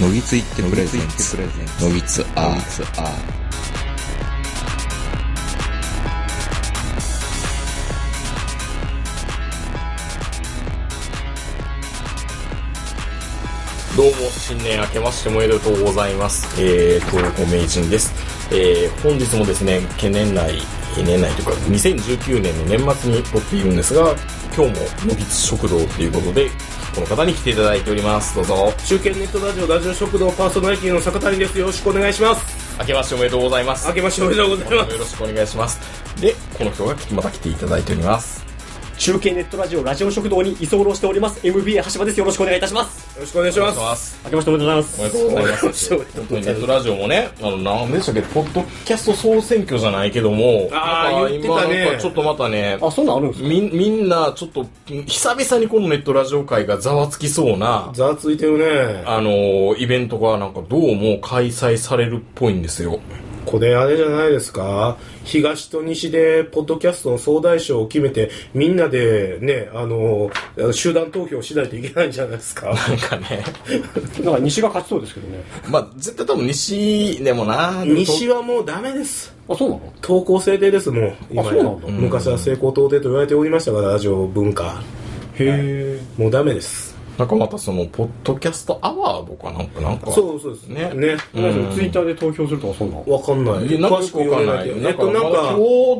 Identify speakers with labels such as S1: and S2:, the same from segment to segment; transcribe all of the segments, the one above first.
S1: のぎついってプレゼンツのぎつアーツア
S2: どうも、新年明けましておめでとうございます。えー、東湖名人です。えー、本日もですね、懸念内、懸念内というか、2019年の年末に撮っているんですが、今日も、のびつ食堂ということで、この方に来ていただいております。どうぞ。
S3: 中堅ネットラジオラジオ食堂パーソナリティの坂谷ですよろしくお願いします
S2: 明けましておめでとうございます。
S3: 明けましておめでとうございます
S2: よろしくお願いします。で、この人がまた来ていただいております。
S4: 中継ネットラジオラジオ食堂に居候しております MBA 橋場ですよろしくお願いいたします
S3: よろしくお願いし
S2: お願
S3: ま
S2: いしま
S3: す
S2: す。
S4: 明けましておめでとうご
S2: お
S4: ざ
S2: め
S4: い
S2: でとうございま
S3: し
S2: す
S3: くお。
S2: 本当にネットラジオもね、あの、なんでしたっけ、ポッドキャスト総選挙じゃないけども、
S3: あー
S2: なんか
S3: 言ってたね
S2: 今なんかちょっとまたね、
S4: ますあそんなんあるんですか
S2: みんみんなちょっと久々にこのネットラジオ界がざわつきそうな、
S3: ざわついてるね
S2: あのーイベントがなんかどうも開催されるっぽいんですよ。
S3: これあれじゃないですか東と西でポッドキャストの総大賞を決めてみんなでねあの集団投票しないといけないんじゃないで すか
S2: なんかね、
S4: なんか西が勝ちそうですけどね
S2: まあ絶対多分西でもな、
S3: 西はもうダメです
S4: あそうなの
S3: 投稿制定ですもう今や
S4: そうなんだ
S3: 昔は成功到底と言われておりましたからラジオ文化
S4: へえ
S3: もうダメです
S2: なんかまたその、ポッドキャストアワードかなんかなんか。
S3: そうそうです
S2: ね
S3: ね
S4: ツイッターで投票するとかそんなん
S3: わかんない
S2: でなんか
S3: 詳
S2: よ
S3: し
S2: く
S3: く言
S2: わか
S3: わ
S2: ん
S3: な
S2: ない
S3: けど
S2: い。
S3: え
S2: な
S3: っ
S2: んか、
S3: となんか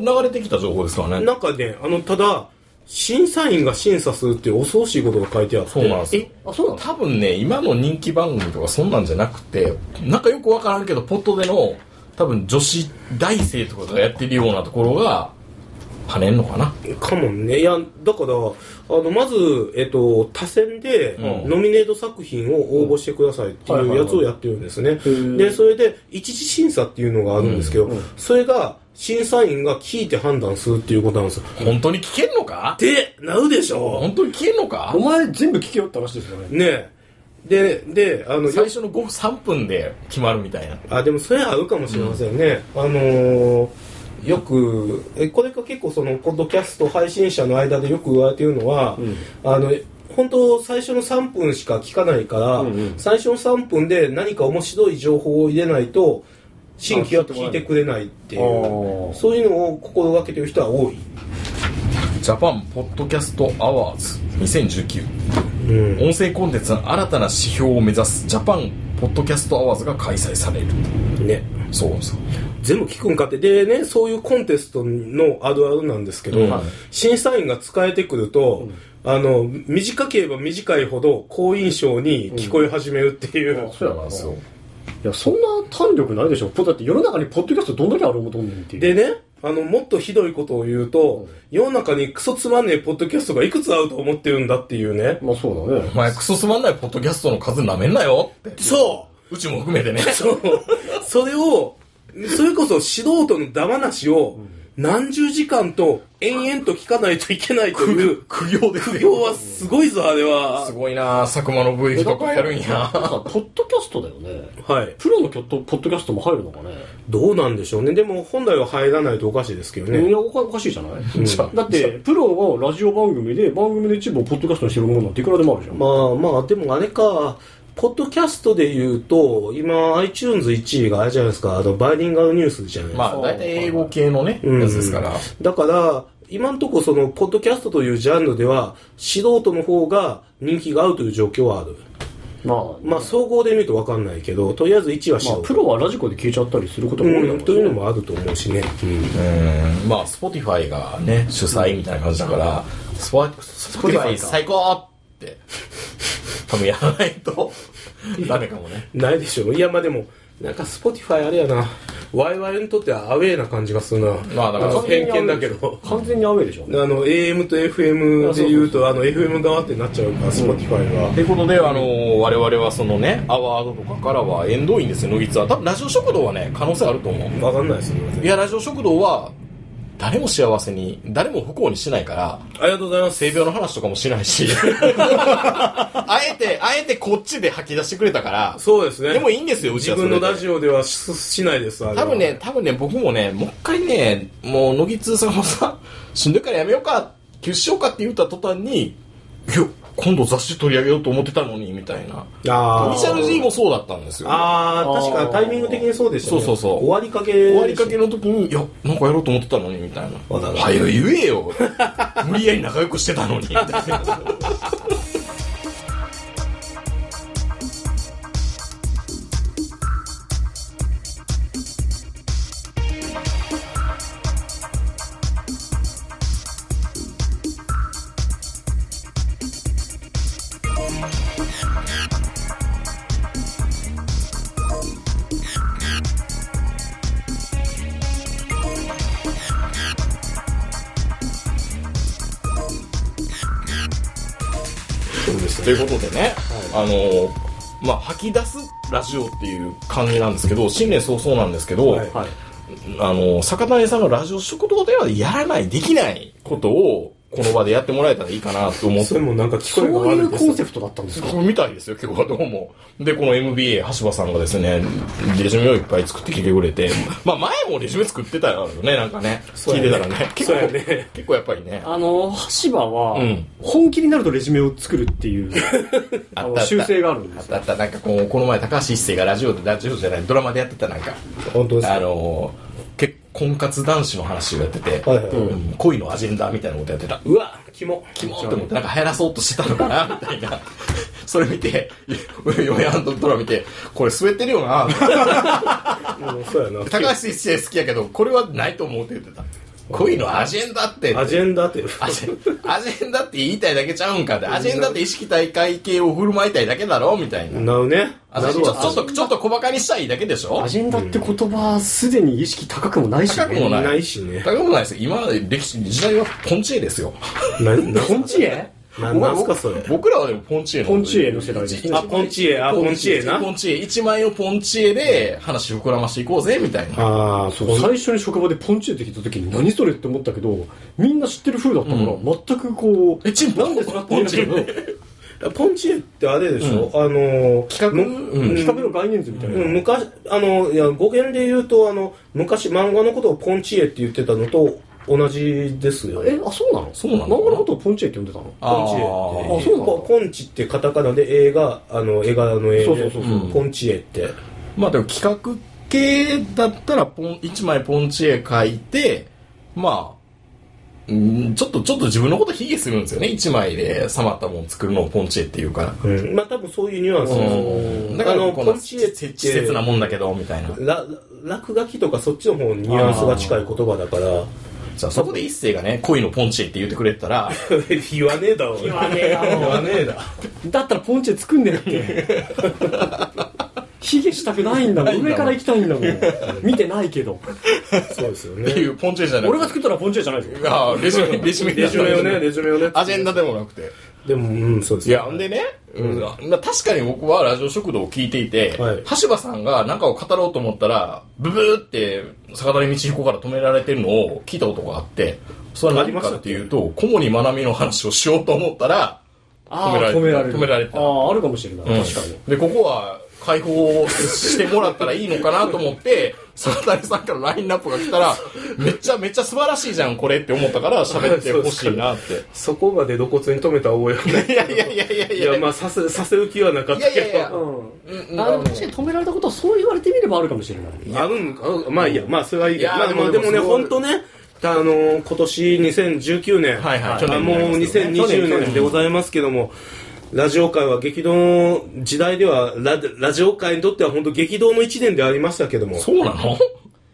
S2: 今日流れてきた情報ですからね。
S3: なんかね、あの、ただ、審査員が審査するっていう恐ろしいことが書いてあって。
S2: そうなんですよ。
S4: あそうなの
S2: 多分ね、今の人気番組とかそんなんじゃなくて、なんかよくわからんけど、ポットでの、多分女子大生とかがやってるようなところが、跳ねんのかな。
S3: えかもね。いや、だから、あの、まず、えっと、他選で、
S2: うん
S3: ノミネート作品を応募してくださいって
S4: うんは
S3: いう
S4: いは
S3: や
S4: いはい
S3: つをやってるんですね。
S4: ー
S3: で、それで、一次審査っていうのがあるんですけど、それが、審査員が聞いて判断するっていうことなんですよ。
S2: 本当に聞けんのか
S3: で、なうでしょ
S2: 本当に聞けんのか
S4: お前全部聞けよって話ですよね
S3: ねえ。で、で、あの、
S2: 最初の5、3分で決まるみたいな。
S3: あでもそれは合うかもしれませんね、あのーよくえこれが結構そのポッドキャスト配信者の間でよく言われているのは、あの本当最初の3分しか聞かないから、
S4: うんうん
S3: 最初の3分で何か面白い情報を入れないと新規は聞いてくれないってい
S4: あ
S3: う
S4: ー
S3: そういうのを心がけてる人は多い、
S2: ジャパンポッドキャストアワーズ2019。
S3: うん、
S2: 音声コンテンツの新たな指標を目指すジャパンポッドキャストアワーズが開催される。
S3: ね
S2: そうなんですよ。
S3: 全部聞くんかってでねそういうコンテストのあるあるなんですけど、
S2: うん
S3: 審査員が使えてくると、あの短ければ短いほど好印象に聞こえ始めるっていう、
S4: そうや
S2: なん
S4: な
S2: ですよ。
S4: いやそんな胆力ないでしょだって世の中にポッドキャストどんだけあるもとんねんっていう
S3: でねあのもっとひどいことを言うと、世の中にクソつまんねえポッドキャストがいくつあると思ってるんだっていうね、
S4: まあそうだね
S2: お前クソすまんないポッドキャストの数なめんなよって。。
S3: そう
S2: うちも含めてね。
S3: そうそれをそれこそ素人のダマなしを何十時間と延々と聞かないといけないという
S2: 苦行です
S3: 今日はすごいぞあれは
S2: すごいなあ佐久間の V とかやるん
S4: なん
S2: や
S4: かポッドキャストだよね
S3: はい
S4: プロのキョットポッドキャストも入るのかね
S3: どうなんでしょうね。でも本来は入らないとおかしいですけど
S4: い
S3: ね。
S4: やおかおかしいじゃない、
S3: ん
S4: だってプロがラジオ番組で番組の一部をポッドキャストにしてるものなんていくらでもあるじゃん、
S3: まあまあ、でもあれか、ポッドキャストで言うと、今 iTunes1 位があれじゃないですか、あの、バイリンガルニュースじゃないですか。
S2: まあ大体英語系のね
S3: うん
S2: やつですから
S3: だから、今のところその、ポッドキャストというジャンルでは、素人の方が人気が合うという状況はある。
S4: まあ、
S3: まあ、総合で見るとわかんないけど、とりあえず1位は
S4: まあ
S3: 素
S4: プ
S3: 人。
S4: ロはラジコで聞いちゃったりすることも多いだろ
S3: う、
S4: うんし
S3: というのもあると思うしね。うん
S2: うんまあ Spotify がね主催みたいな感じだからスポ Spotify 最高って多分やらないとダメかもね
S3: ないでしょういやまあでもなんか Spotify あれやな我々にとってはアウェーな感じがするな
S2: まあだから
S3: の偏見だけど
S4: 完全にアウェーでしょ
S3: あの AM と FM で言うとあの FM 側ってなっちゃうから Spotify は、
S2: ということで、あのー我々はそのねアワードとかからは縁遠いんですよ乃木ツアー多分ラジオ食堂はね可能性あると思う
S3: わかんないですよ
S2: いやラジオ食堂は誰も幸せに誰も不幸にしないから
S3: ありがとうございます
S2: 性病の話とかもしないし あえてあえてこっちで吐き出してくれたから
S3: そうですね
S2: でもいいんですようち
S3: 自
S2: はそれ
S3: 分
S2: で
S3: のラジオではししないですあれは
S2: 多分ね多分ね僕もねもう一回ねもう乃木通さんもさしんどいからやめようか休止しようかって言った途端にいや今度雑誌取り上げようと思ってたのにみたいな
S3: あ
S2: イ
S3: ー
S2: ニシャル G もそうだったんですよ
S3: ああ確
S4: あ
S3: か
S4: ー
S3: タイミング的にそうでしたね
S2: そうそうそう
S3: 終わりかけ
S2: 終わりかけの時に、いや、なんかやろうと思ってたのに、みたいな。早よ言えよ。無理やり仲良くしてたのに。みたいなということでね、あの、まあ、吐き出すラジオっていう感じなんですけど、新年早々なんですけど、
S3: はい
S4: はい。
S2: あの、坂谷さんがラジオ食堂ではやらない、できないことを、この場でやってもらえたらいいかなと思って
S3: それもなんか聞
S4: そ
S3: こえが
S4: うい
S3: 悪いうで
S4: コン
S3: す
S4: セプトだったんですか
S2: そうみたいですよ、今日はどうも。で、この MBA、橋場さんがですね、レジュメをいっぱい作ってきてくれて、まあ前もレジュメ作ってたよね、なんかね。
S3: そう
S2: 聞い
S3: や
S2: て
S3: ね
S2: たらね。結構、
S3: そうやね
S2: 結構やっぱりね。
S4: あの、橋場は
S2: うん、
S4: 本気になるとレジュメを作るっていう、あ
S2: あった
S4: の
S2: あった
S4: 修正があるんで
S2: あっ
S4: す
S2: たあ
S4: よ。
S2: った、なんかこう、この前高橋一生がラジオで、ラジオじゃない、ドラマでやってたなんか、
S3: 本当ですか
S2: あのー、結婚活男子の話をやってて、
S3: はいはいはい
S2: うん恋のアジェンダみたいなことやってた。
S3: うわキモ
S2: キモって思って、なんか流行らそうとしてたのかな、みたいな。 それ見て、嫁アンドドラ見て、これ滑ってるよな、
S3: うんそうやな
S2: 高橋一生好きやけど、これはないと思うって言ってた。恋のアジェンダって。
S3: アジェンダって
S2: アジェンアジェンダって言いたいだけちゃうんかって。アジェンダって意識大会系を振る舞いたいだけだろみたいな。
S3: なうね
S2: あちょちょっと、ちょっと小馬鹿にしたいだけでしょ
S4: アジェンダって言葉、すでに意識高くもないし、ね。
S2: 高くもない。
S3: ないしね
S2: 高くもないですよ。今まで歴史、時代はポンチエですよ。
S3: なな
S4: ポンチエ
S3: ななんすかそれ
S2: 僕らはでもポンチエの。
S4: ポンチエの世 代ですね。
S3: あポンチエあポンチエな
S2: ポンチエ。一万円をポンチエで話を膨らましていこうぜ、みたいな。
S3: ああそこ
S4: 最初に職場でポンチエって聞いた時に何それって思ったけど、みんな知ってる風だったから、全くこう、
S2: えチンポ
S4: なんでそんなポンチエの
S3: ポンチエってあれでしょ、あのー
S2: 企画
S3: む
S2: うん
S4: 企画の概念図みたいな。
S3: うん昔あのいや語源で言うとあの昔漫画のことをポンチエって言ってたのと同じですよ
S4: え、あ、そうなの
S2: そうなの
S4: 漫画のことをポンチエって呼んでたの
S2: あー
S3: ポンチエっ
S4: あ
S3: て
S4: そうなんだ
S3: ポポンチってカタカナで映画あの映画の映
S4: そ
S3: 画
S4: うそうそうそう
S3: ポンチエって
S2: まあでも企画系だったらポン1枚ポンチ絵描いてまあうんちょっとちょっと自分のこと卑下するんですよね1枚でさまったもの作るのをポンチ絵っていうから、
S3: うんまあ多分そういうニュアンスです
S2: だから
S3: あの
S2: この
S3: ポンチ絵って
S2: 稚拙なもんだけどみたいな
S3: ら落書きとかそっちの方にニュアンスが近い言葉だから
S2: じゃあそこで一星がね恋のポンチ絵って言ってくれてたら
S3: 言わねえだろ言わねえだろ言わねえだ
S4: だったらポンチェ作んねえって。卑下したくないんだもん。上から行きたいんだもん。見てないけど。
S3: そうですよ
S2: ってい
S3: ね
S2: うポンチ絵じゃな
S4: 俺が
S2: くて
S4: 作ったらポンチェじゃないですよ。
S2: あーレジュメレジュメレ
S3: レジュメをねレジュメをね
S2: アジェンダでもなくて
S3: でもうんそうです
S2: いや、んでね、うんまあ確かに僕はラジオ食堂を聞いていて、
S3: はい
S2: 橋場さんが何かを語ろうと思ったら、ブブーって坂谷道彦から止められてるのを聞いたことがあって、それは何かっていうと、小森まなみの話をしようと思ったら、
S4: ああ、
S2: 止
S4: 止
S2: め
S4: め
S2: ら
S4: ら
S2: れ
S4: れ
S2: る
S4: る。
S2: 止められた
S4: ああ、あるかもしれない。確か
S2: で、
S4: に。
S2: ここは解放してもらったらいいのかなと思って、 坂谷さんからラインナップが来たら、めっちゃめっちゃ素晴らしいじゃん、これって思ったから喋ってほしいなって。
S3: そこまで露骨に止めた覚えはない
S2: いやいやいやいやい
S3: い
S2: や
S3: や、まあ、させ、させる気はなかっ
S2: い
S3: た
S2: やい
S3: け
S2: やいや
S3: ど。
S4: うん。あでも確かに止められたことはそう言われてみればあるかもしれない。
S3: あるんあまあいいや、まあ、それはいいや。
S2: いや
S3: まあで
S2: で
S3: も、で
S2: も
S3: もね、
S2: そう
S3: 本当ね、あのー、今年2019年。
S2: はいはい
S3: あ
S2: 去年に
S3: もう
S2: なりますけどね
S3: 2020年でございますけども、ラジオ界は激動の時代では、ララジオ界にとっては本当激動の1年でありましたけども。
S2: そうなの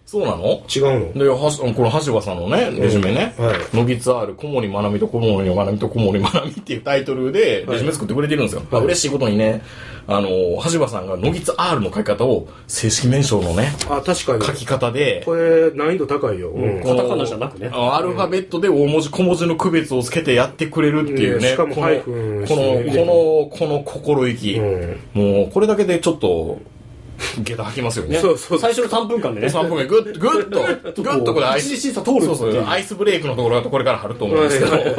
S2: そうなの
S3: 違うの
S2: で、はし、この橋場さんのね、レジュメね、
S3: はい
S2: ノギツアール、小森まなみと小森まなみと小森まなみっていうタイトルで、レジュメ作ってくれてるんですよ。まあ嬉しいことにね、あの、橋場さんがノギツアールの書き方を正式名称のね、
S3: あ、確かに
S2: 書き方で、
S3: これ、難易度高いよ。うん
S2: この
S4: カタカナじゃなくね
S2: あのアルファベットで大文字小文字の区別をつけてやってくれるっていうね。
S3: うんしかも
S2: こ
S3: ハ
S2: の、
S3: イ
S2: こ
S3: フン
S2: の、
S3: してね
S2: この、この心意気。
S3: ん
S2: もう、これだけでちょっと、下駄吐きますよね。
S3: そうそうそ
S4: 最
S3: う。
S4: 初の3分間でね。
S2: 3分目、ぐっと、ぐっと、ぐっとこれアイ
S4: 一
S2: ス
S4: 時審査通るっていう
S2: そうそう、アイスブレイクのところがこれから貼ると思うんですけど。
S3: はいはい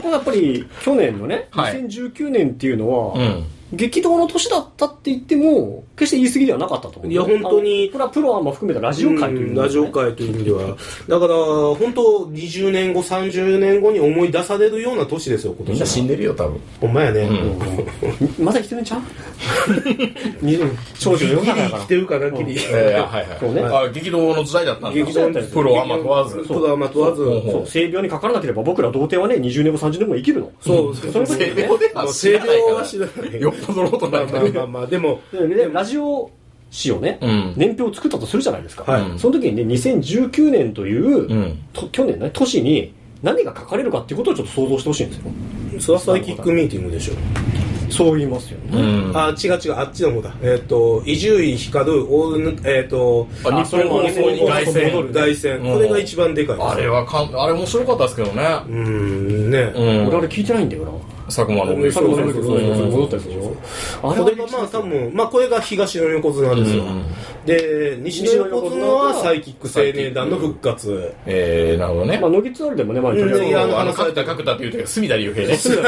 S4: ただやっぱり去年のね、
S2: はい
S4: 2019年っていうのは、
S2: うん
S4: 激動の年だったって言っても、決して言い過ぎではなかったと思う。
S3: いや本当に
S4: あのこれはプロアマ含めたラジオ界というう、
S3: んラジオ。界という意味では。だから、本当20年後、30年後に思い出されるような年ですよ、今
S2: みんな死
S3: 年は。
S2: んでるよ、多分。
S3: ほんまやね。
S4: まだ生きてるんちゃう に少女世の
S3: ギ
S4: 中だ
S3: リ生き
S4: か
S3: てるかな、ギリ。
S2: えー、はいは
S4: そうね
S2: い。あ、激動の時代だったんだ。
S4: 激動だったんですよ
S2: プロアマ問わず。
S3: プロアマ問わず。
S4: ら。そう、性病にかからなければ僕ら童貞はね、20年後、30年後生きるの。
S3: そう、
S4: そういうこと
S3: 性
S4: ですね
S2: 病では知らないから
S3: 病は知らない。
S2: よっぽどのこと
S3: ま
S2: な
S3: あ
S2: いか
S3: ま
S2: ら
S3: あ まあまあ、でも、
S4: ででラジオ誌をね、
S2: うん
S4: 年表を作ったとするじゃないですか、
S3: はい
S4: その時にね2019年という、
S2: うん
S4: と去年ね年に何が書かれるかっていうことをちょっと想像してほしいんですよ
S3: そらサイキックミーティングでしょ。
S4: そう言いますよ
S2: う
S4: ね、
S2: ん。
S3: あ、違う違う、あっちの方だ。えっと、伊集院光る、オール、えっと、
S2: あ、日本放送に凱
S4: 戻
S2: 旋
S4: る。
S3: 大戦。
S2: うん
S3: これが一番でかいです
S2: あれはかん、あれ面白かったですけどね。
S3: うーん、ね。
S2: うん
S4: 俺あ。れ聞いてないんだよな
S2: 佐久間の。
S3: そうそうそうそう
S4: 戻ったやつでしょあれ
S3: こ
S4: は
S3: れがまあ多分、まあこれが東の横綱ですよ。で、西の横綱はサイキック青年団の復活。
S2: えー、なるほどね。
S4: まあノギツアルでもね、まあ、
S3: ん
S2: い
S3: い
S2: や
S3: や
S2: あ
S3: あ
S2: の
S3: の
S2: 角田角田っていうて隅田竜兵ねそう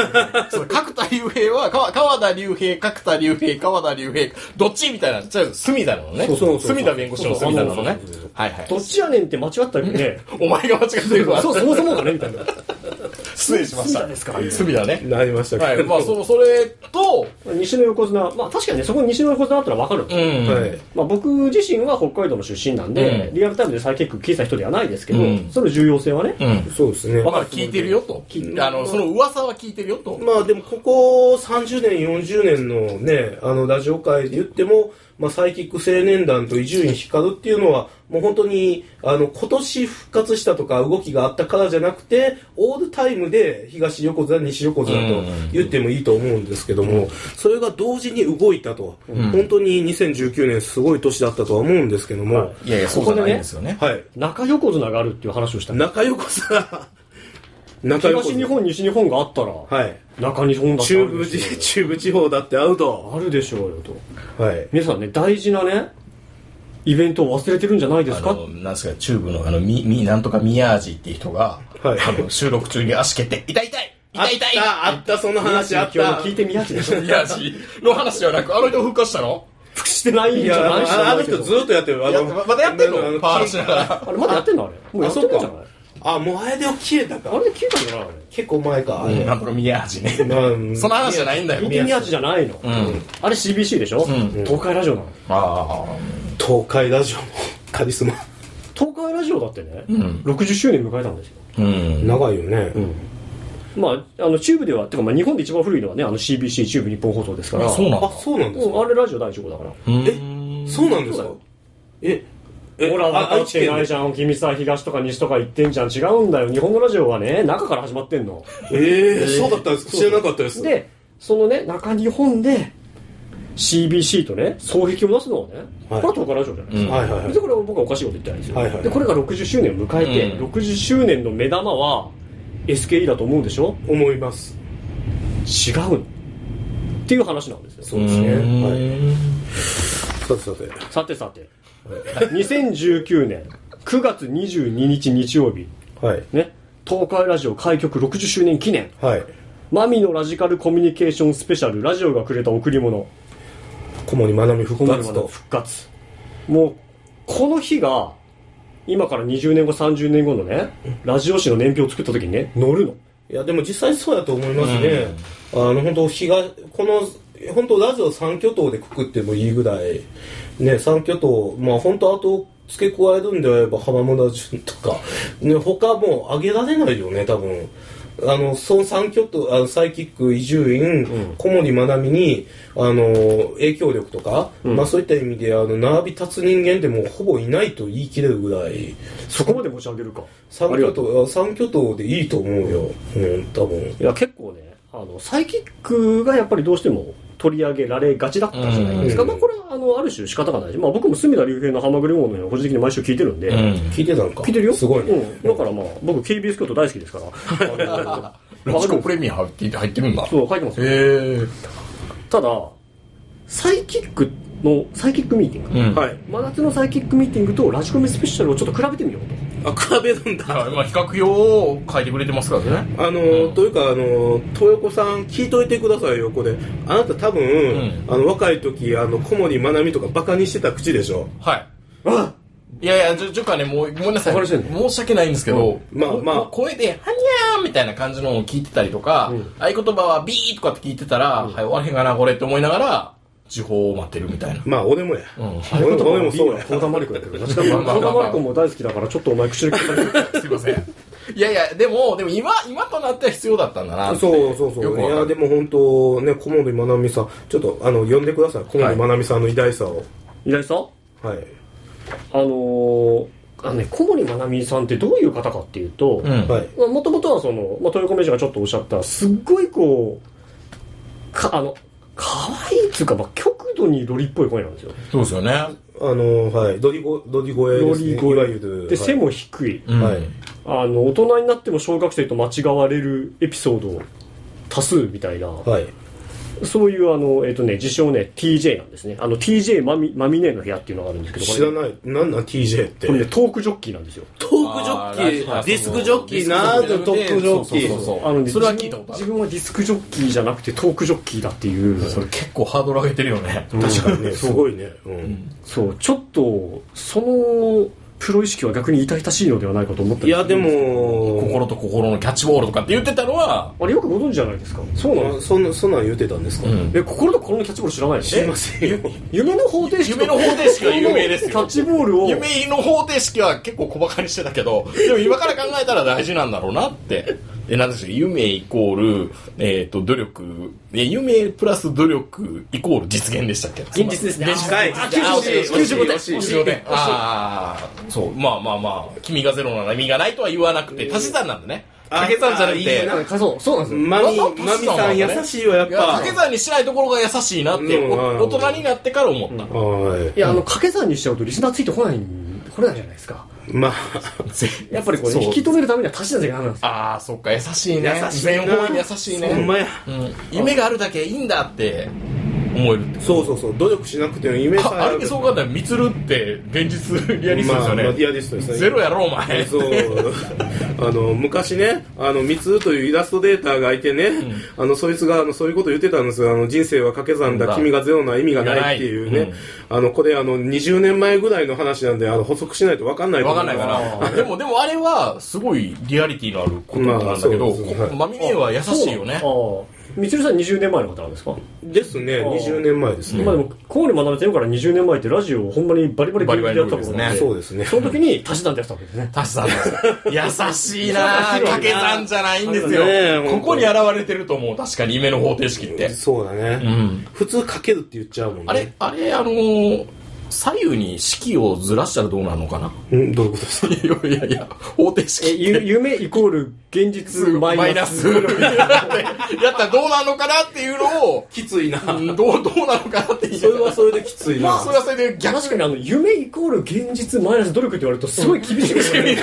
S2: 角田竜兵は川川田竜兵角田竜兵川田竜兵どっちみたいなじゃあ隅田なのね
S3: そうそうそう
S2: 隅田弁護士の隅田なのねはいはい
S4: どっちやねんって間違ったよね
S2: お前が間違ってるわ
S4: そうそもそもがねみたいな
S2: 失礼しました
S4: 隅田ですから
S2: 隅田ね
S3: なりました
S2: は
S3: け
S2: い
S3: ど。
S2: まあそのそれと
S4: 西の横綱まあ確かにねそこに西の横綱だったら分かるんですよ
S2: うん
S3: はい。
S4: まあ、僕自身は北海道の出身なんで、
S2: うん
S4: リアルタイムでサイキック聞いた人ではないですけど、
S2: うん
S4: その重要性はね、
S2: うん
S3: そうですね。
S2: まあ聞いてるよとあのその噂は聞いてるよと
S3: まあでもここ30年40年のねあのラジオ界で言っても、まあ、サイキック青年団と伊集院光っていうのはもう本当にあの今年復活したとか動きがあったからじゃなくてオールタイムで東横綱西横綱と言ってもいいと思うんですけども、それが同時に動いたと、本当に2019年すごい年だったとは思うんですけども、はい
S2: いやいや
S4: こ
S2: そ
S4: こ
S2: うじ
S4: でね
S2: ゃないんですよね
S4: 中横綱があるっていう話をした
S3: 中横綱中横
S4: 東日
S3: 綱
S4: 本西日本があったら、
S3: はい
S4: 中日本だってあ
S3: 中
S4: る
S3: 部
S4: でしょう
S3: 地中部地方だってアウト
S4: あるでしょうよと
S3: はい
S4: 皆さんね大事なねイベントを忘れてるんじゃないで
S2: あ
S4: すか
S2: の、なんですか、チューブの、あの、み、み、なんとかミヤージっていう人が、
S3: はい
S2: あの、収録中に足蹴って、痛い痛い
S3: あっ
S2: 痛い痛い
S3: た、あった、その話あっ
S4: 今日
S3: た。
S4: 聞いてみやつで しょ
S2: ミヤージの話ではなく、あの人復活したの
S4: 復してないん
S3: い
S4: じゃ
S3: や、
S4: ない
S3: ああの人ずっとやってる。あ
S2: や
S3: の、
S2: ままたやってん
S3: あ
S2: のパワハラしながら。
S4: あれまだやってんのあれもうや
S3: あ、
S4: って
S3: そ
S4: る
S3: うん
S4: じゃない
S3: か。あ、もうあれで消えた
S4: あ
S3: か。
S4: れ聞いたんじゃない
S3: 結構前か。あれ
S2: なんとかミヤージね。
S3: うん
S2: その話じゃないんだ
S4: 聞い
S2: よ。
S4: てみやつじゃないの、
S2: うん。
S4: あれ CBC でしょ、
S2: ん
S4: 東海ラジオなの
S2: あ
S3: 東海ラジオのカリスマ。
S4: 東海ラジオだってね、
S2: ん
S4: 60周年迎えたんですよ
S2: あ。うん。
S3: 長いよね。
S4: まあ、あのチューブでは、てかまあ日本で一番古いのはね、あの CBC チューブ日本放送ですから、
S2: あ、そうなんだ
S3: あ、。そうなんです
S4: うんあ
S3: か。
S4: れラジオ第一号だから。
S2: え
S3: そうなんですか。え、え
S4: ほら、分
S3: あ
S4: か
S3: 愛
S4: っ
S3: 知
S4: て
S3: 県
S4: ない
S3: で。
S4: じゃん。君さ、東とか西とか言ってんじゃん。違うんだよ。日本のラジオはね、中から始まってんの。
S3: ええ、そうだったんですか。知らなかったです。
S4: で、そのね、中日本で、CBC とね、双璧を出すのはね、
S3: は
S4: こ
S3: い
S4: れは東海ラジオじゃないですか。
S3: はいはいは
S4: 別
S3: い
S4: に。これは僕はおかしいこと言ってないですよ。
S3: はいはいはい
S4: で、これが60周年を迎えて、
S2: うん
S4: 60周年の目玉は、SKE だと思うでしょ
S3: 思います。
S4: 違うの。っていう話なんですよ。
S3: そうですね。はい。さてさて。
S4: さてさて、2019年9月22日日曜日、
S3: はい。
S4: ね、東海ラジオ開局60周年記念、
S3: はい。
S4: マミのラジカルコミュニケーションスペシャル、ラジオがくれた贈り物、
S3: 小森まなみ復
S4: この
S3: 活
S4: まま
S3: と。
S4: 復活。もう、この日が、今から20年後、30年後のね、ラジオ誌の年表を作った時にね、乗るの。
S3: いやでも実際そうやと思いますね、あの本当東この本当ラジオ三巨頭でくくってもいいぐらいね三巨頭まあ本当あと付け加えるんであれば浜村淳とか、ね、他もう挙げられないよね多分あのその三巨頭あのサイキック伊集院、小森まなみにあの影響力とか、まあそういった意味であの並び立つ人間でもほぼいないと言い切れるぐらい
S4: そこまで持ち上げるか。
S3: 三
S4: あり
S3: 巨
S4: がとう。
S3: 頭三巨頭でいいと思うよ、うん、多分。
S4: いや、結構ね、あの、サイキックがやっぱりどうしても取り上げられがちだったじゃないですか。
S3: うん
S4: まあ、これは、あの、ある種仕方がないし、まあ、僕も隅田竜兵のハマグリ王のように個人的に毎週聞いてるんで、
S2: うん。
S3: 聞いてたんか
S4: 聞いてるよ。
S3: すごいね、
S4: うんだからまあ、僕 KBS 京都大好きですから。あの
S2: ラジコプレミア入って入ってるんだ。
S4: そう、書いてますよ。
S2: へえ。
S4: ただ、サイキックの、サイキックミーティング。
S2: うん。
S3: はい
S4: 真夏のサイキックミーティングとラジコミスペシャルをちょっと比べてみようと。
S3: あ比べるんだ
S2: あまあ、比較表を書いてくれてますからね。
S3: あのーというか、あのー豊子さん聞いといてくださいよこれあなた多分、
S2: ん
S3: あの若い時あの小森まなみとかバカにしてた口でしょ
S2: はい。
S4: あ
S2: いやいや、ちょ、ちょっとね、もう、ごめんなさい。
S4: わかりませ
S2: 申
S4: ん
S2: し訳ないんですけど、
S3: うんまあ
S2: こ
S3: まあ
S2: こ声で、はにゃーみたいな感じのを聞いてたりとか、合言葉はビーとかって聞いてたら、はい、終われへんかな、これって思いながら、時報を待ってるみたいな。
S3: まあ俺もや、
S2: うん
S3: 俺も俺もそうや
S4: コーダマリコやってる私
S2: まあまあ
S4: コーダマリコも大好きだからちょっとお前口で聞かれてる
S2: すいません。 いやいや、でも、でも今、今となっては必要だったんだなって。
S3: そうそうそ
S2: よ
S3: う
S2: く
S3: い
S2: わかる
S3: やでも本当ね小森まなみさんちょっとあの呼んでください小森まなみさんの偉大さを
S4: 平井さん
S3: はい、
S4: あのーあのね小森まなみさんってどういう方かっていうと、
S2: うん。
S3: はい
S4: まあ、もともとはその、まあ、豊子名人がちょっとおっしゃった、すっごいこう、か、あの、可愛いっていうか、まあ、極度にロリっぽい声なんですよ。
S2: そうですよね。
S3: あのはいドリゴドリ声です、ね、いわゆる
S4: で、背
S3: はい
S4: も低い。
S2: うん
S3: はい
S4: あの、大人になっても小学生と間違われるエピソード多数みたいな、
S3: はい
S4: そういうあの、えっ、とね、自称ね、TJ なんですね。あの、TJ マミマミネの部屋っていうのがあるんですけど、
S3: 知
S4: これ
S3: らないなんなん TJ って
S4: これね、トークジョッキーなんですよ。
S3: トークジョッキーディスクジョッキーなーとトークジョッキー
S2: そうそうそう
S4: あのね
S2: それは聞いたことあ
S4: 自
S2: る。
S4: 分はディスクジョッキーじゃなくてトークジョッキーだっていう。
S2: それ結構ハードル上げてるよね。
S3: 確かにねすごいねうん
S4: そうちょっとそのプロ意識は逆に痛々しいのではないかと思った
S3: い
S4: り
S3: やでも
S2: 心と心のキャッチボールとかって言ってたのは、
S4: あれよくご存知じゃないですかそうなん
S3: あそんなそんなん言ってたんですか、
S2: うん
S4: え心と心のキャッチボール知らないの
S3: 知りませんよ
S4: 夢の方程式
S2: 夢の方程式は有名ですよ
S4: キャッチボールを
S2: 夢の方程式は結構小馬鹿にしてたけど、でも今から考えたら大事なんだろうなって。え、なんですか夢イコール、えっ、と、努力、え、夢プラス努力イコール実現でしたっけ現実ですね。
S3: 近い
S2: あ、95点。
S3: 惜しい惜しい
S2: 95点。95点。ああ、そう。まあまあまあ、君がゼロなら意味がないとは言わなくて、足し算なんだね。
S3: あ
S2: 掛け算じゃなく
S3: あいい
S2: て
S3: な。
S4: なんかそうそうなんですよ、
S3: マミマミさん優しいわやっ
S2: いや
S3: ぱ
S2: 掛け算にしないところが優しいなって、
S3: うんうん
S2: お大人になってから思った、
S3: は
S4: い
S3: い
S4: やあの掛け算にしちゃうとリスナーついてこないこれないじゃないですか
S3: まあ
S4: やっぱりこれ、ね、
S2: そう
S4: 引き止めるためには足しなきゃダメなんですよ
S2: ああそっか優しいね
S3: 優しいな
S2: 全方位に優しいね
S3: ほんまや
S2: うん、夢があるだけいいんだって思えるって
S3: そうそうそう努力しなくても夢さえ
S2: ああれってそうう考えたらみつるって現実リアリストですよね、
S3: まあまあリアリストですね
S2: ゼロやろお前
S3: そうあの昔ねあの三つというイラストデーターがいてね、あのそいつがあのそういうこと言ってたんですよあの人生は掛け算
S2: う
S3: だ
S2: ん
S3: 君がゼロな意味がないっていうね、
S2: 意味が
S3: あのこれあの20年前ぐらいの話なんであの補足しないと分かんないと
S2: わ
S3: 思
S2: か
S3: うん
S2: ない
S3: す
S2: からでもでもあれはすごいリアリティのあることなんだけ
S3: まあ
S2: ど、
S3: そうですね
S2: こ
S3: はい
S2: マミネは優しいよね
S4: そうああみつるさん20年前の方なんですか、
S3: ですね
S4: あー
S3: 20年前ですね、
S4: 今でもコール学べてるから20年前ってラジオほんまにバリバリ
S2: バリバリ
S4: でやったこと
S2: バ
S4: なん
S2: リ
S4: で
S3: そうですね
S4: その時に足し算でやったわけですね
S2: 足し算です優しいなあ掛け算じゃないんですよ、
S3: ねえ
S2: ここに現れてると思う確かに夢の方程式って
S3: そうだね、
S2: ん
S3: 普通かけるって言っちゃうもんね
S2: あれあれあのー左右に式をずらしたらどうなるのかな
S3: うんどういうことですか
S2: いやいやいや方程式
S4: えゆ夢イコール現実マイ
S2: マイナ
S4: ナ
S2: ス
S4: ス
S2: や ったらどうなるのかなっていうのを
S3: きついな
S2: うんどうどうなのかなっていう
S3: それはそれできついな、
S2: まあそれはそれで逆
S4: 確かにあの夢イコール現実マイナス努力って言われるとすごい厳しいで すよね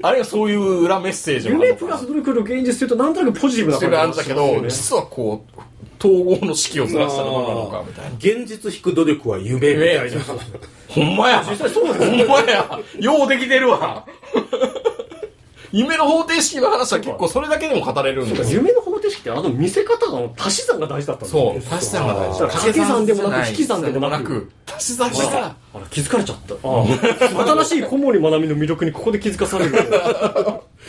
S2: あれがそういう裏メッセージもある
S4: 夢
S2: のか
S4: プ
S2: な
S4: ラス努力より現実っていうとなんとなくポジティブな
S2: して
S4: 感
S2: る
S4: じ
S2: はずだけど、
S4: します
S2: 実はこう統合の式をずらしたらどうなのかみたいな
S3: 現実引く努力は夢みたいな
S2: 夢ほんまや実際そうほんまやようできてるわ夢の方程式の話は結構それだけでも語れるんで
S4: よね
S2: すよ
S4: 夢の方程式ってあの見せ方の足し算が大事だったんだ
S2: そう足し算が大事
S4: だから掛け算でもなく引き算でもなく
S2: 足し算
S4: あ
S2: したら
S4: らあら気づかれちゃったああ新しい小森まなみの魅力にここで気づかされる
S2: だ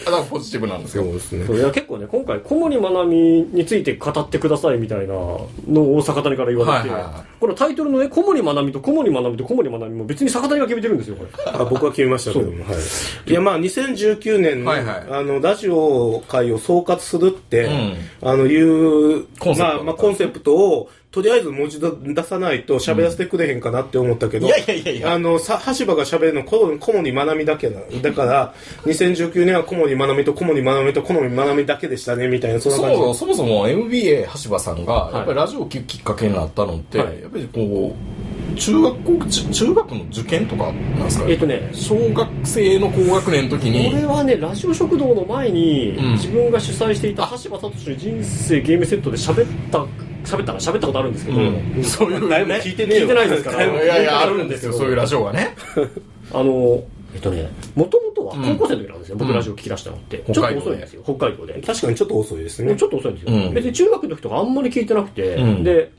S2: からポジティブなんですよ
S3: そうですね
S4: そういや結構ね今回小森まなみについて語ってくださいみたいなのを大阪谷から言われて、
S2: はいはいはい
S4: このタイトルのね小森まなみと小森まなみと小森まなみも別に坂谷が決めてるんですよこれ
S3: あ僕は決めましたけども、はい、いやまあ2019年に、
S2: はいはい
S3: あのラジオ界を総括するって、
S2: う
S3: あのいう
S2: コンセプトだった
S3: まあまあ、コンセプトをとりあえず文字出さないと喋らせてくれへんかなって思ったけど、
S2: うんいやいやいやいや
S3: あのさ橋場が喋るの小小森まなみだけなだから2019年は小森まなみと小森まなみと小森まなみだけでしたねみたいなそんな
S2: そ
S3: 感
S2: も
S3: じ
S2: そもそもそも MBA 橋場さんがやっぱりラジオを聴くきっかけになったのって、
S4: はい
S2: やっぱりこう中学校ち中学の受験とかなんですか
S4: えっとね
S2: 小学生の高学年の時
S4: これ
S2: に
S4: はねラジオ食堂の前に、
S2: うん
S4: 自分が主催していた橋場聡人生ゲームセットで喋った喋ったら喋ったことあるんですけど、
S2: うんそういう
S3: 誰も
S2: ね
S3: 聞いてねえよ
S4: 聞いてないですから
S3: 誰も
S2: いやいやあるんですよそういうラジオがね
S4: あのえっとね、もともとは高校生の時なんですよ、僕ラジオ聞き出したのって。ちょっと遅いんですよ、北海道で。
S3: 確かにちょっと遅いです
S4: もう
S3: ね
S4: ちょっと遅いんですよ、
S2: うん
S4: 別に中学の時とかあんまり聞いてなくて、
S2: うん
S4: で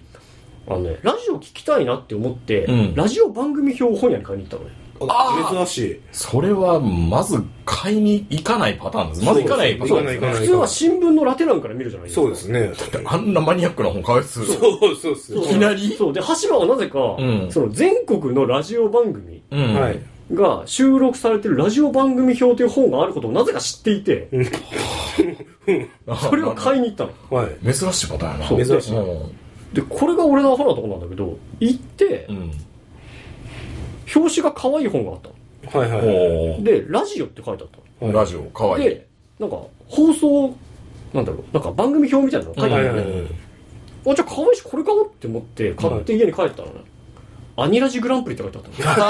S4: あのねラジオ聞きたいなって思って、
S2: うん
S4: ラジオ番組表を本屋に買いに行ったのね
S3: あ珍しい
S2: それは、まず買いに行かないパターンです。まず行かないパタ
S3: そ
S2: ー
S3: う
S2: ン
S3: で
S2: ですす
S3: ね行かない行かない
S4: 普通は新聞のラテ欄から見るじゃないですか
S3: そうです ね
S2: あんなマニアックな本買うやつ。
S3: そうそうそ
S4: そう
S2: いきなり
S4: そうで橋場はなぜか、
S2: ん
S4: その全国のラジオ番組
S2: うん。
S3: はい
S4: が収録されてるラジオ番組表という本があることをなぜか知っていて、それを買いに行ったの
S3: はい
S2: 珍しいパターンやな。
S4: そう
S3: 珍しい
S2: うん
S4: でこれが俺のアホなとこなんだけど行って
S2: うん。
S4: 表紙が可愛い本があった
S3: はいはいはい
S2: お
S4: のでラジオって書いてあったの
S2: ーラジオ、かわいい。
S4: で、なんか、放送、なんだろう、なんか番組表みたいなの書いてあ
S3: は
S4: る
S3: い
S4: よ
S3: は
S4: ね
S3: いはい
S4: あ、じゃあ可愛いし、これ買おうって思って、買って家に帰ったのね。アニラジグランプリって書いてあった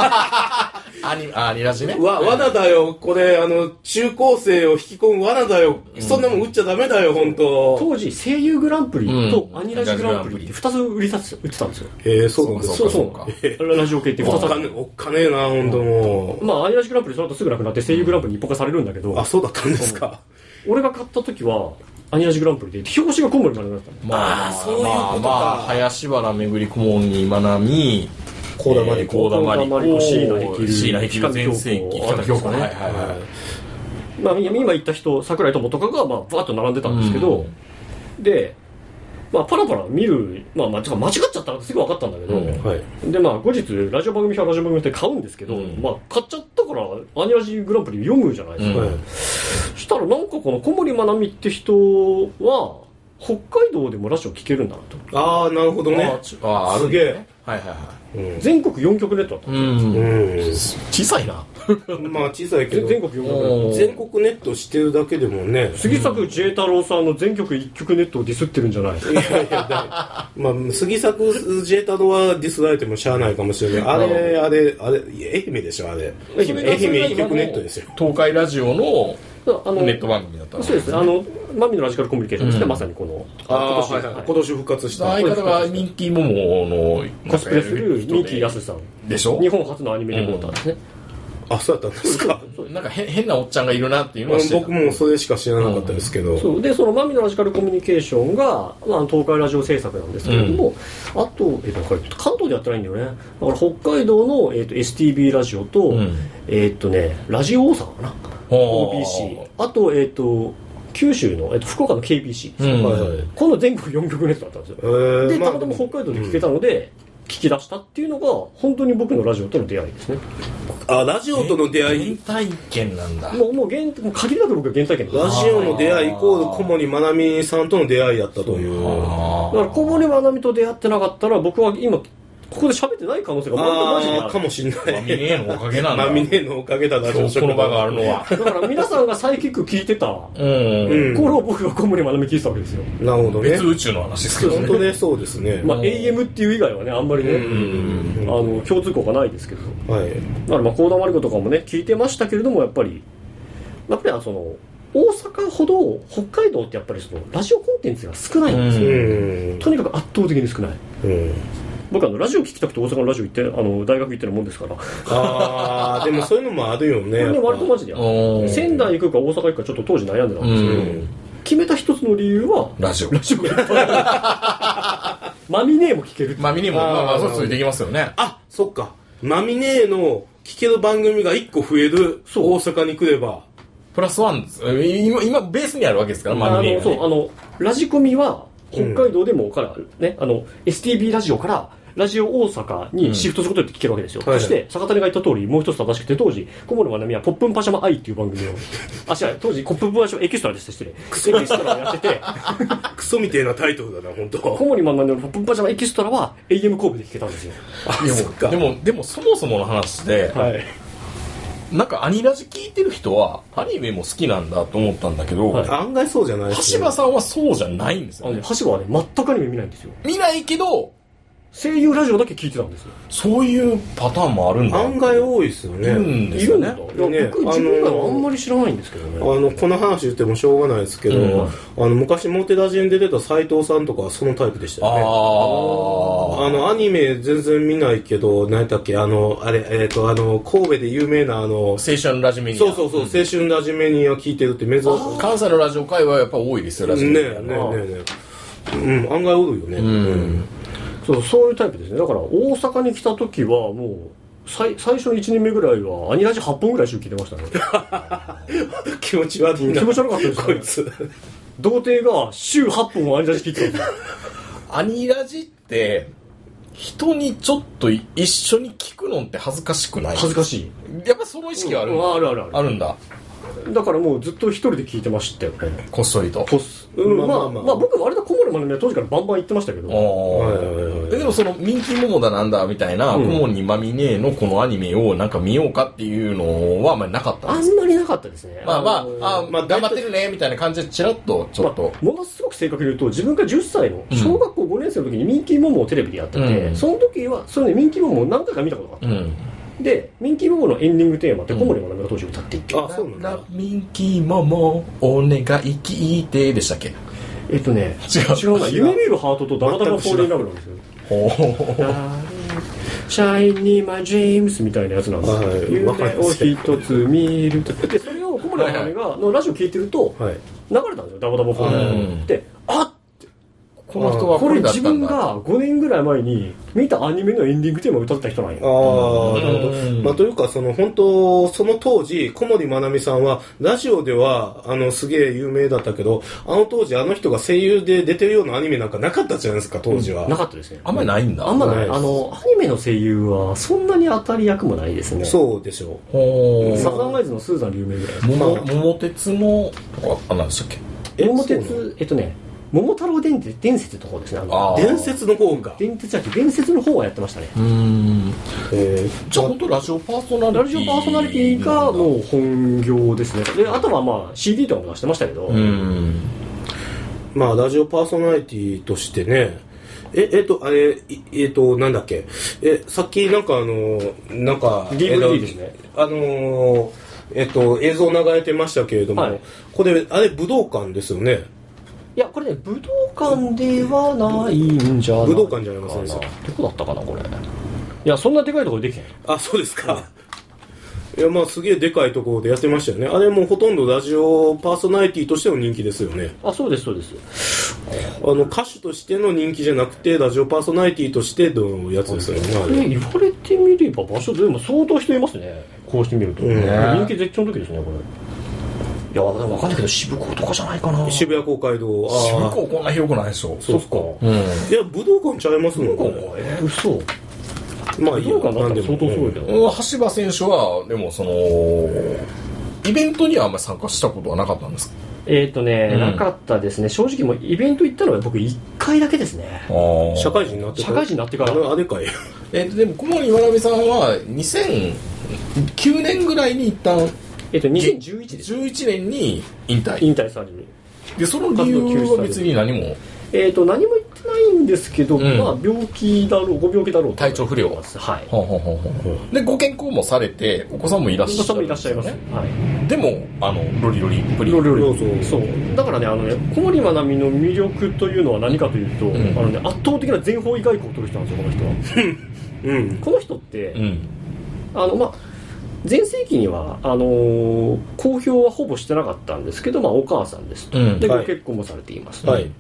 S4: の。
S2: アニ、あアニラジね。
S3: わ、罠だよ、これ、あの、中高生を引き込む罠だよ。そんなもん打っちゃダメだよ、本当。
S4: 当時、声優グランプリと
S2: うん
S4: アニラジグランプリって2つ売りさせ売ってたんですよ。
S3: ええ、そうなんです
S2: そうそう
S4: な
S2: か
S4: んですよラジオ系って2
S3: お
S4: つ
S3: っ
S4: あ
S3: か
S4: っ
S3: ね
S4: て。
S3: おっかねえな、本当も
S4: まあ、アニラジグランプリその後すぐなくなって声優グランプリに一本化されるんだけ
S3: う。あ、
S4: ど、
S3: そうだったんですか。
S4: 俺が買った時は、アニラジグランプリで、表紙がコンボになるようになったの。
S2: まあ、
S3: あーそういうことか
S2: まあ、まあ、林原めぐり顧問に今波、
S3: 高田まり
S2: 高
S3: こ
S2: 田まり
S4: 高田真理子椎名
S2: こ
S4: 碧、流
S2: 椎名碧流全盛期、
S4: 北
S2: 北
S4: 野
S2: 野
S4: 京
S2: 京
S4: 子
S2: 子
S4: ね
S2: ね。はいはいはい。
S4: まあ、今言った人桜井友とかがまあバーッと並んでたんですけど、で、まあ、パラパラ見る、まあ、まあてか間違っちゃったらすぐ分かったんだけど、
S2: うん
S3: はい。
S4: でまあ後日ラジオ番組表ラジオ番組表で買うんですけど、
S2: うん
S4: まあ、買っちゃったからアニラジグランプリ読むじゃないですか、
S2: うん
S3: はい。
S4: そしたらなんかこの小森まなみって人は北海道でもラジオ聴けるんだなと
S3: ああ、なるほど
S2: あ
S3: ね
S2: ー。ちあーある
S3: す
S2: ん
S3: げ
S2: だ
S3: え。
S2: はいはいは
S3: うん
S4: 全国4局ネットだった、
S2: い。うん。
S3: う
S2: 小さいな。
S3: ん。まあ、小さいけ
S4: ぜ
S3: ど、
S4: 全国4局ネット
S3: 全国ネットしてるだけでもね。
S4: 杉作 J 太郎さんの全局1局ネットをディスってるんじゃない
S3: いやいや、だまあ、杉作ジェータドはディスられてもしゃあないかもしれない。あれ、あれ、あれ、いや愛媛でしょ、あれ。
S4: 愛媛
S3: 愛媛一曲ネットですよ。
S2: 東海ラジオの
S4: あの
S2: ネット番組だったの
S4: そうですね、あの、マミのラジカルコミュニケーションですね、まさにこの、
S3: ああ、
S4: 今
S3: はい
S4: 年
S3: はい。今年復活した。
S2: 相方がミンキーモモの
S4: コスプレするミーキーヤスさん、
S2: でしょ
S4: 日本初のアニメレポーターですね。
S3: あ、そうだったんですか。
S2: なんかへ変なおっちゃんがいるなっていうのは知ってた
S3: 僕もそれしか知らなかったですけど。
S4: そうで、そのマミのラジカルコミュニケーションが、まあ、東海ラジオ制作なんですけれども、あと、えっと、これ関東でやってないんだよね。だから北海道の、えっと、STB ラジオと、
S2: うん
S4: えっとね、ラジオ大阪かな、
S2: ほう
S4: OPC。あと、えっと、九州の、えっと、福岡の KBC。
S2: うん
S3: はいはい
S4: この全国4局ネットだったんですよ。
S3: えー
S4: で、
S3: まあ
S4: たまたま北海道で聞けたので、聞き出したっていうのが、本当に僕のラジオとの出会いですね。
S3: あ、ラジオとの出会い。
S2: 原体験なんだ
S4: もう、もう、限もう限りなく僕は原体験だった
S3: ラジオの出会いイコール小森まなみさんとの出会いだったという。
S2: あ
S4: だから、小森まなみと出会ってなかったら、僕は今、ここで喋ってない可能性が本当マジで
S3: あ
S4: あ
S3: あ、か
S4: る。
S3: もしんな
S2: ーマミ
S3: い。
S2: ネのおかげなんだ
S3: まみねのおかげだな、
S2: 今日この場があるのは
S4: だから、皆さんがサイキック聞いてた
S2: う
S3: うんん
S4: 頃、僕が小森まなみ聞いてたわけですよ。
S3: なるほどね
S2: 別。宇宙の話ですけど
S3: 本
S2: ね
S3: 当ね、そうですね。
S4: まあ、
S2: うん
S4: AM っていう以外はね、あんまりね、
S2: うん
S4: あの、共通項がないですけど。
S3: はい。
S4: だからまあ幸田真理子とかもね聞いてましたけれどもやっぱりやっぱりその大阪ほど北海道ってやっぱりそのラジオコンテンツが少ないんですよ、
S3: う
S2: うん
S3: ん。
S4: とにかく圧倒的に少ない
S3: うん。
S4: 僕あのラジオ聞きたくて大阪のラジオ行ってあの大学行ってるもんですからこ
S3: ああ、でもそういうのもあるよね。
S4: れね
S3: やっぱ
S4: 割とマジで
S2: うん
S4: 仙台行くか大阪行くかちょっと当時悩んでたん
S2: う
S4: ですよ、
S2: ん
S4: 決めた一つの理由 は
S2: ラジオ
S4: ラジオがいっぱいあるマミネーも聞けるって
S2: マミネも
S3: あー
S2: まあまあそうついてきますよね
S3: あ、そっか。マミネーの聞ける番組が1個増える。大阪に来れば。
S2: プラスワンです今今ベースにあるわけですからマ
S4: あ
S2: ミネ
S4: の
S2: がね
S4: そうあのラジコミは北海道でもから、ねあの STB ラジオからラジオ大阪にシフトすることによって聞けるわけですよ、
S3: はいはい
S4: そして坂谷が言った通りもう一つ正しくて当時小森まなみは「ポップンパジャマ愛」っていう番組をあ違う当時「ポップンパジャマエキストラ」でし た失礼エキストラをやってて
S3: クソみてえなタイトルだな、 本
S4: 小
S3: 当。
S4: 森まなみの「ポップンパジャマエキストラ」は AM 神戸で聞けたんですよ
S2: でも
S3: そっか
S2: でもでもそもそもの話で
S3: はい。
S2: なんかアニラジ聞いてる人はアニメも好きなんだと思ったんだけど
S4: はい
S3: 案外そうじゃないです
S2: 橋場さんはそうじゃないんです
S4: あ
S2: よ
S4: のね
S2: ね
S4: 橋場はね全くアニメ見ないんですよ
S2: 見ないけど
S4: 声優ラジオだけ聞いてたんですよ
S2: そういうパターンもあるんだ
S3: 案外多いですよね、
S2: いるんです
S4: い
S2: よ
S4: るん
S2: ね
S4: だいや
S3: ね
S4: 僕自分らはあんまり知らないんですけどね
S3: あのこの話言ってもしょうがないですけど、
S2: うん
S3: あの昔モテラジに出てた斎藤さんとかはそのタイプでした
S2: あ
S3: よね
S2: あ
S3: あのアニメ全然見ないけど何だっけあのあれえっ、とあの神戸で有名なあの
S2: 青春ラジメニア
S3: そうそうそう、青春ラジメニア聞いてるって珍しい
S2: 関西のラジオ界はやっぱ多いですよラジ
S3: ね
S2: メ
S3: え
S2: ニ
S3: ね
S2: ア
S3: えねえねえうん案外おるよねうん
S4: そうそういうタイプですねだから大阪に来た時はもう最最初の1年目ぐらいはアニラジ8本ぐらい週聞いてましたね
S3: 気持ち悪いな
S4: 気持ち悪かったですね
S3: こいつ
S4: 童貞が週8本もアニラジ聞いてたんですよ
S2: アニラジって人にちょっと一緒に聞くのって恥ずかしくない
S4: 恥ずかしい
S2: やっぱその意識はあるんだ、
S4: うんあるあるある
S2: あるんだ
S4: だからもうずっと一人で聞いてましたよね
S2: こっそりと
S4: ポス、
S3: うん
S4: まあまあ、
S3: まあまあ
S4: 僕割とこもるまでね当時からバンバン言ってましたけど
S2: あー
S3: はいはいはいはい
S2: ででもその「ミンキーモモだなんだ」みたいな「
S4: う
S2: 顧
S4: ん
S2: 問にまみねえ」のこのアニメをなんか見ようかっていうのはあんまりなかったん
S4: あ
S2: です
S4: んまりなかったですね
S2: まあま
S4: の
S2: あ、あー
S3: まあ
S2: 頑張ってるねみたいな感じでチラッとちょっと、
S4: まあものすごく正確に言うと自分が10歳の小学校5年生の時にミンキーモモをテレビでやってて、
S2: うん
S4: その時はそれねミンキーモモを何回か見たことがあった、
S2: うん
S4: でミンキーモモのエンディングテーマって小森学が当時歌っていて、
S3: あそうなんだ
S2: ミンキーモモお願い聞いてでしたっけ
S4: えっとね
S2: 違う
S4: 違うな夢見るハートとダバダバフォーリンラブなんですよ
S2: ほう
S4: シャイニーマジームスみたいなやつなんですよ、
S3: はい
S4: 夢
S3: わかりま
S4: を
S3: す
S4: 一つ見るとでそれを小森学がのラジオ聞いてると
S3: はい
S4: 流れたんですよダバダバフォーリンラブ
S2: うん
S4: であっ
S2: この人は
S4: こ
S2: こ
S4: れ
S2: れだっ
S4: 自
S2: た
S4: 分
S2: んだ
S4: が5年ぐらい前に見たアニメのエンディングテーマを歌ってた人なん
S3: あ
S4: や
S3: あ、なるほ
S2: う
S3: ど。
S2: ん
S3: まあ、というか、その、本当その当時、小森まなみさんは、ラジオでは、あの、すげえ有名だったけど、あの当時、あの人が声優で出てるようなアニメなんかなかったじゃないですか、当時は。
S4: なかったですね
S2: あんまりないんだ
S4: あんま
S3: な
S4: ないい
S3: です
S4: あのアニメの声優はそんなに当たり役もないですね
S3: そうでしょ
S2: ほ
S4: サザンライズのスーザン有名ぐらいです
S2: う桃桃鉄もとかあなんでしたっけ
S3: え
S4: 桃
S3: そうな
S4: 鉄えっとね桃太郎電鉄伝説ってとこですねあの
S2: あ
S3: う。
S2: ー
S3: 伝説の方が。
S4: 伝説じゃなくて伝説の方はやってましたね
S2: うん
S3: え
S2: じゃあ本当ラジオパーソナリティ
S4: ラジオパーソナリティがもう本業ですねであとはまあ CD とかも出してましたけど、
S2: うん
S3: ーまあ、ラジオパーソナリティとしてね、え、えっと、あれ、いえっと、なんだっけ。え、さっきなんかあの、なんか、えっ
S4: DVD
S3: と
S4: ですね
S3: あのーえっと、映像流れてましたけれども、
S4: はい
S3: これ、あれ、武道館ですよね。
S4: いやこれね武道館ではないんじゃない
S3: 武道館じゃありませんで
S4: ど
S3: した
S4: こだったかなこれいやそんなでかいところできへん
S3: あ、そうですか。いや、まあ、すげえでかいところでやってましたよね。あれもうほとんどラジオパーソナリティとしての人気ですよね。
S4: あそうですそうです
S3: あの、歌手としての人気じゃなくて、ラジオパーソナリティとしてのやつですよね、あ
S4: こ
S3: れ
S4: れ言われてみれば場所でも相当人いますねこうしてみると、
S3: うん
S4: 人気絶頂の時ですねこれいやでも分かんないけど渋港とかじゃないかな
S3: 渋谷公会堂。あ
S2: 渋
S3: あ
S2: 港こんな広くないでしょ
S4: そうっすか
S2: うん
S3: いや、武道館ちゃいますもん、ね。
S4: えー、嘘
S3: まあ、いい
S4: 武道
S3: よ
S4: 館だったら相当すごいけど、
S2: 橋場選手はでもそのイベントにはあんまり参加したことはなかったんですか
S4: えっ、とね、
S2: うん
S4: なかったですね正直もうイベント行ったのは僕1回だけですね
S2: あー
S3: 社会人になって
S4: 社会人になってから
S3: ああれかい。
S2: えーとでも小森岩波さんは2009年ぐらいに一旦
S4: えっ、と2011です
S2: 11年に引退
S4: 引退される
S2: でその理由は別に何も
S4: えっ、と何も言ってないんですけど、
S2: ん
S4: まあ病気だろうご病気だろうと
S2: 体調不良は
S4: はい
S2: ほうほうほうほうでご健康もされてお子さんもいらっしゃ
S4: お子さんも
S2: る
S4: いらっしゃいます、はい
S2: でもあのロリロリプリ
S4: ロリロリそ
S3: そうそう
S4: うだからねあのね小森まなみの魅力というのは何かというと、
S2: ん
S4: あのね、圧倒的な全方位外交を取る人なんですよこの人は
S3: うん。
S4: この人って、
S2: うん
S4: あのまあ全盛期にはあのー公表はほぼしてなかったんですけど、まあ、お母さんですと、
S2: うん
S4: で
S3: はい
S4: ご結婚もされています、
S3: はい。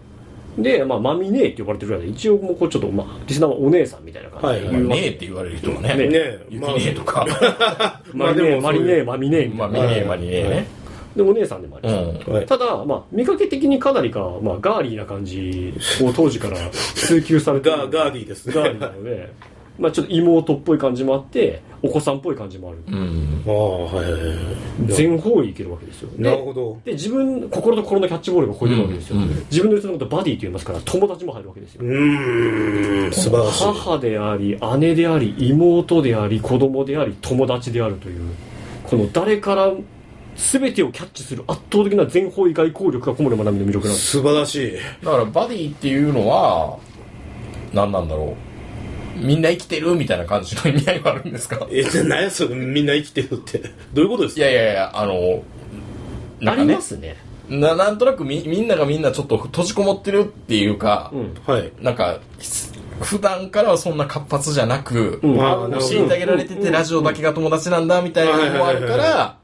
S4: で、まあ、マミネーって呼ばれてるぐらいで一応もうこうちょっと、まあ、リスナーはお姉さんみたいな感じで
S3: は
S2: まあ
S4: 言うわけ、
S2: ねえって言われる人はね
S4: ね
S3: ねえ、
S2: 雪
S3: まあ
S2: ねえとか、
S4: マリネーマリネーマミネーみ
S2: ま
S4: た
S2: あ
S4: い
S2: 見
S4: な、
S2: ねえまあ見ねえね、
S4: でお姉さんでもあります、
S2: うん
S3: はい
S4: ただ、まあ、見かけ的にかなりか、まあ、ガーリーな感じを当時から追求されてる
S3: ガー、ガーディーですね。
S4: ガーリーなので、まあ、ちょっと妹っぽい感じもあってお子さんっぽい感じもある
S2: うん
S3: ああ、はいはいはい。
S4: 全方位いけるわけですよ
S3: なる
S4: で
S3: ほど。
S4: で自分心と心のキャッチボールが超えてるわけですよ、
S2: うんうん
S4: 自分の人のことバディと言いますから友達も入るわけですよ
S3: うーん、素晴らしい。
S4: 母であり姉であり妹であり子供であり友達であるというこの誰から全てをキャッチする圧倒的な全方位外交力が小森まなみの魅力なんです
S3: 素晴らしい。
S2: だからバディっていうのは何なんだろうみんな生きてるみたいな感じの意味合いはあるんですか
S3: えじゃあ何やそれみんな生きてるってどういうことです
S2: い
S3: か
S2: やいやいやあの
S4: あ
S2: なんか
S4: り
S2: ね
S4: ますね
S2: ななんとなくみみんながみんなちょっと閉じこもってるっていうか、
S4: うん
S3: はい
S2: なんかひ普段からはそんな活発じゃなく、
S4: うん
S3: ああなるほど
S2: 教えてあげられててラジオだけが友達なんだみたいなのもあるか
S3: はいはいはい
S2: ら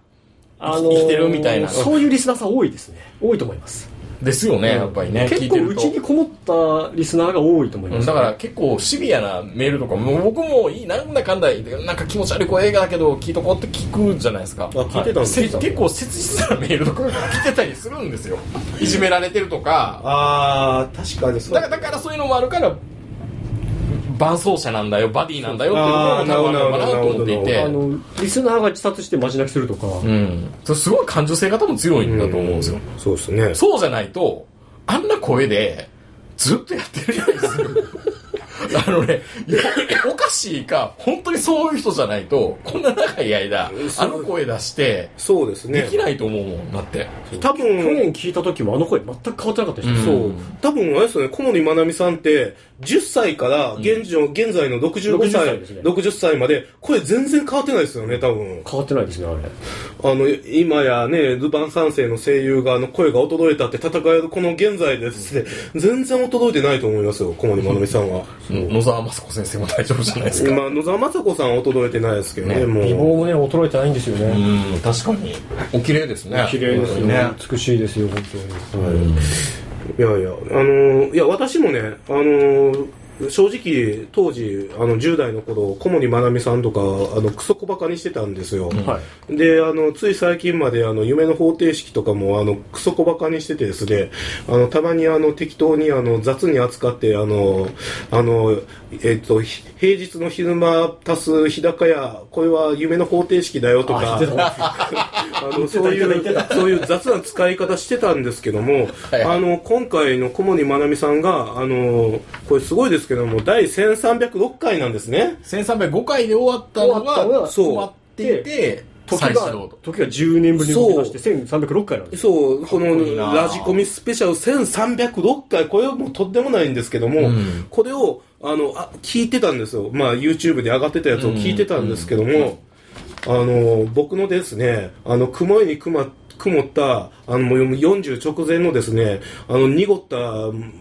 S4: あ
S2: 生きてるみたいな
S4: そういうリスナーさん多いですね多いと思います
S2: ですよねやっぱりね聞
S4: 結
S2: いて
S4: 構
S2: る
S4: うちに
S2: と。
S4: こもったリスナーが多いと思います、
S2: だから結構シビアなメールとかもう僕もいいなんだかんだ言ってなんか気持ち悪い声映画だけど聞いとこうって聞くじゃないですか
S3: 聞いてたんです
S2: せ
S3: か
S2: 結構切実なメールとかが 来てたりするんですよいじめられてるとか
S3: ああ確かにそう
S2: だだからそういうのもあるから伴走者なんだよバディなんだよっていうところも多分あるのかなと思ってい
S3: あ
S2: て
S4: あのリスナーが自殺して街泣きするとか、
S2: うんそれすごい感受性が多分強いんだと思うんですよ
S3: そうですね
S2: そうじゃないとあんな声でずっとやってるじゃないですか あのね、いやおかしいか、本当にそういう人じゃないと、こんな長い間、あの声出して、
S3: そうですね
S2: できないと思うもん、だって。
S3: 多
S4: 去
S3: 分
S4: 年聞いた時もあの声全く変わってなかったでし
S2: う
S4: ょ、
S2: ん
S3: そう多分あれですよね小森まなみさんって10歳から現状、現在の65
S4: 60
S3: 歳
S4: 歳ですね
S3: 60歳までこれ全然変わってないですよね多分
S4: 変わってないですねあれ
S3: あの今やねルパン三世の声優があの声が衰えたって戦えるこの現在ですね、全然衰えてないと思いますよ小森まなみさんは、
S2: 野沢雅子先生も大丈夫じゃないですか。
S3: まあ野沢雅子さんは衰えてないですけどね
S2: ね
S3: もう
S4: 美貌もね衰えてないんですよ
S2: う
S4: ね
S2: ん、確かに。お綺麗ですね。
S4: 綺麗ですよね
S2: ね。
S4: 美しいですよ本当に、
S3: いやいや、あのーいや、私もね、あのー正直、当時、あの、10代の頃、小森まなみさんとか、あの、クソ小バカにしてたんですよ。
S4: はい
S3: で、あの、つい最近まで、あの、夢の方程式とかも、あの、クソ小バカにしててですね、あの、たまに、あの、適当に、あの、雑に扱って、あの、あの、えっと、ひ平日の昼間足す日高屋、これは夢の方程式だよとか、 あのそういうそういう雑な使い方してたんですけども、
S2: はいはい
S3: あの今回の小森まなみさんがあのこれすごいですけども第1306回なんですね
S2: 1305回で終わったの
S4: 終わったの
S2: が、
S4: が
S2: 終わっていて、
S4: 時
S2: 再
S4: が
S2: 始動と。
S4: 時が10年ぶりに抜け出して1306回なんです
S3: そう
S2: か
S3: こ
S2: っこいいな
S3: のラジコミスペシャル1306回これはもうとんでもないんですけども、
S2: ん
S3: これをあのあ聞いてたんですよ、まあ、YouTube で上がってたやつを聞いてたんですけども、あの僕のですねあの雲絵に雲曇ったあのもう40直前のですねあの濁った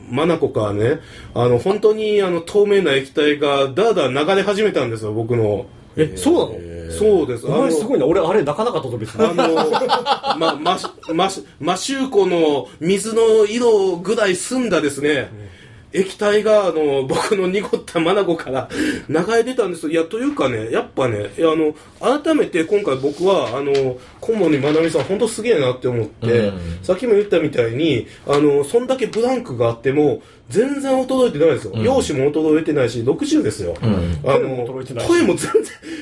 S3: 眼子からねあの本当にあの透明な液体がだーだー流れ始めたんですよ僕の
S4: えそうなの
S3: そうです
S4: お
S3: あの
S4: 前すごいな俺あれなかなか届けて
S3: あの、ま、まし、まし、マシューコの水の色ぐらい澄んだですね、液体が、あの、僕の濁ったマナゴから流れ出たんですよ。いや、というかね、やっぱね、いやあの、改めて今回僕は、あの、顧問にまなみさん、本当すげえなって思って、
S2: うん
S3: さっきも言ったみたいに、あの、そんだけブランクがあっても、全然衰えてないですよ。容姿も衰えてないし、60です
S2: ん
S3: よ。あ
S4: 声も
S3: の
S4: 衰えてないし
S3: 声も全然、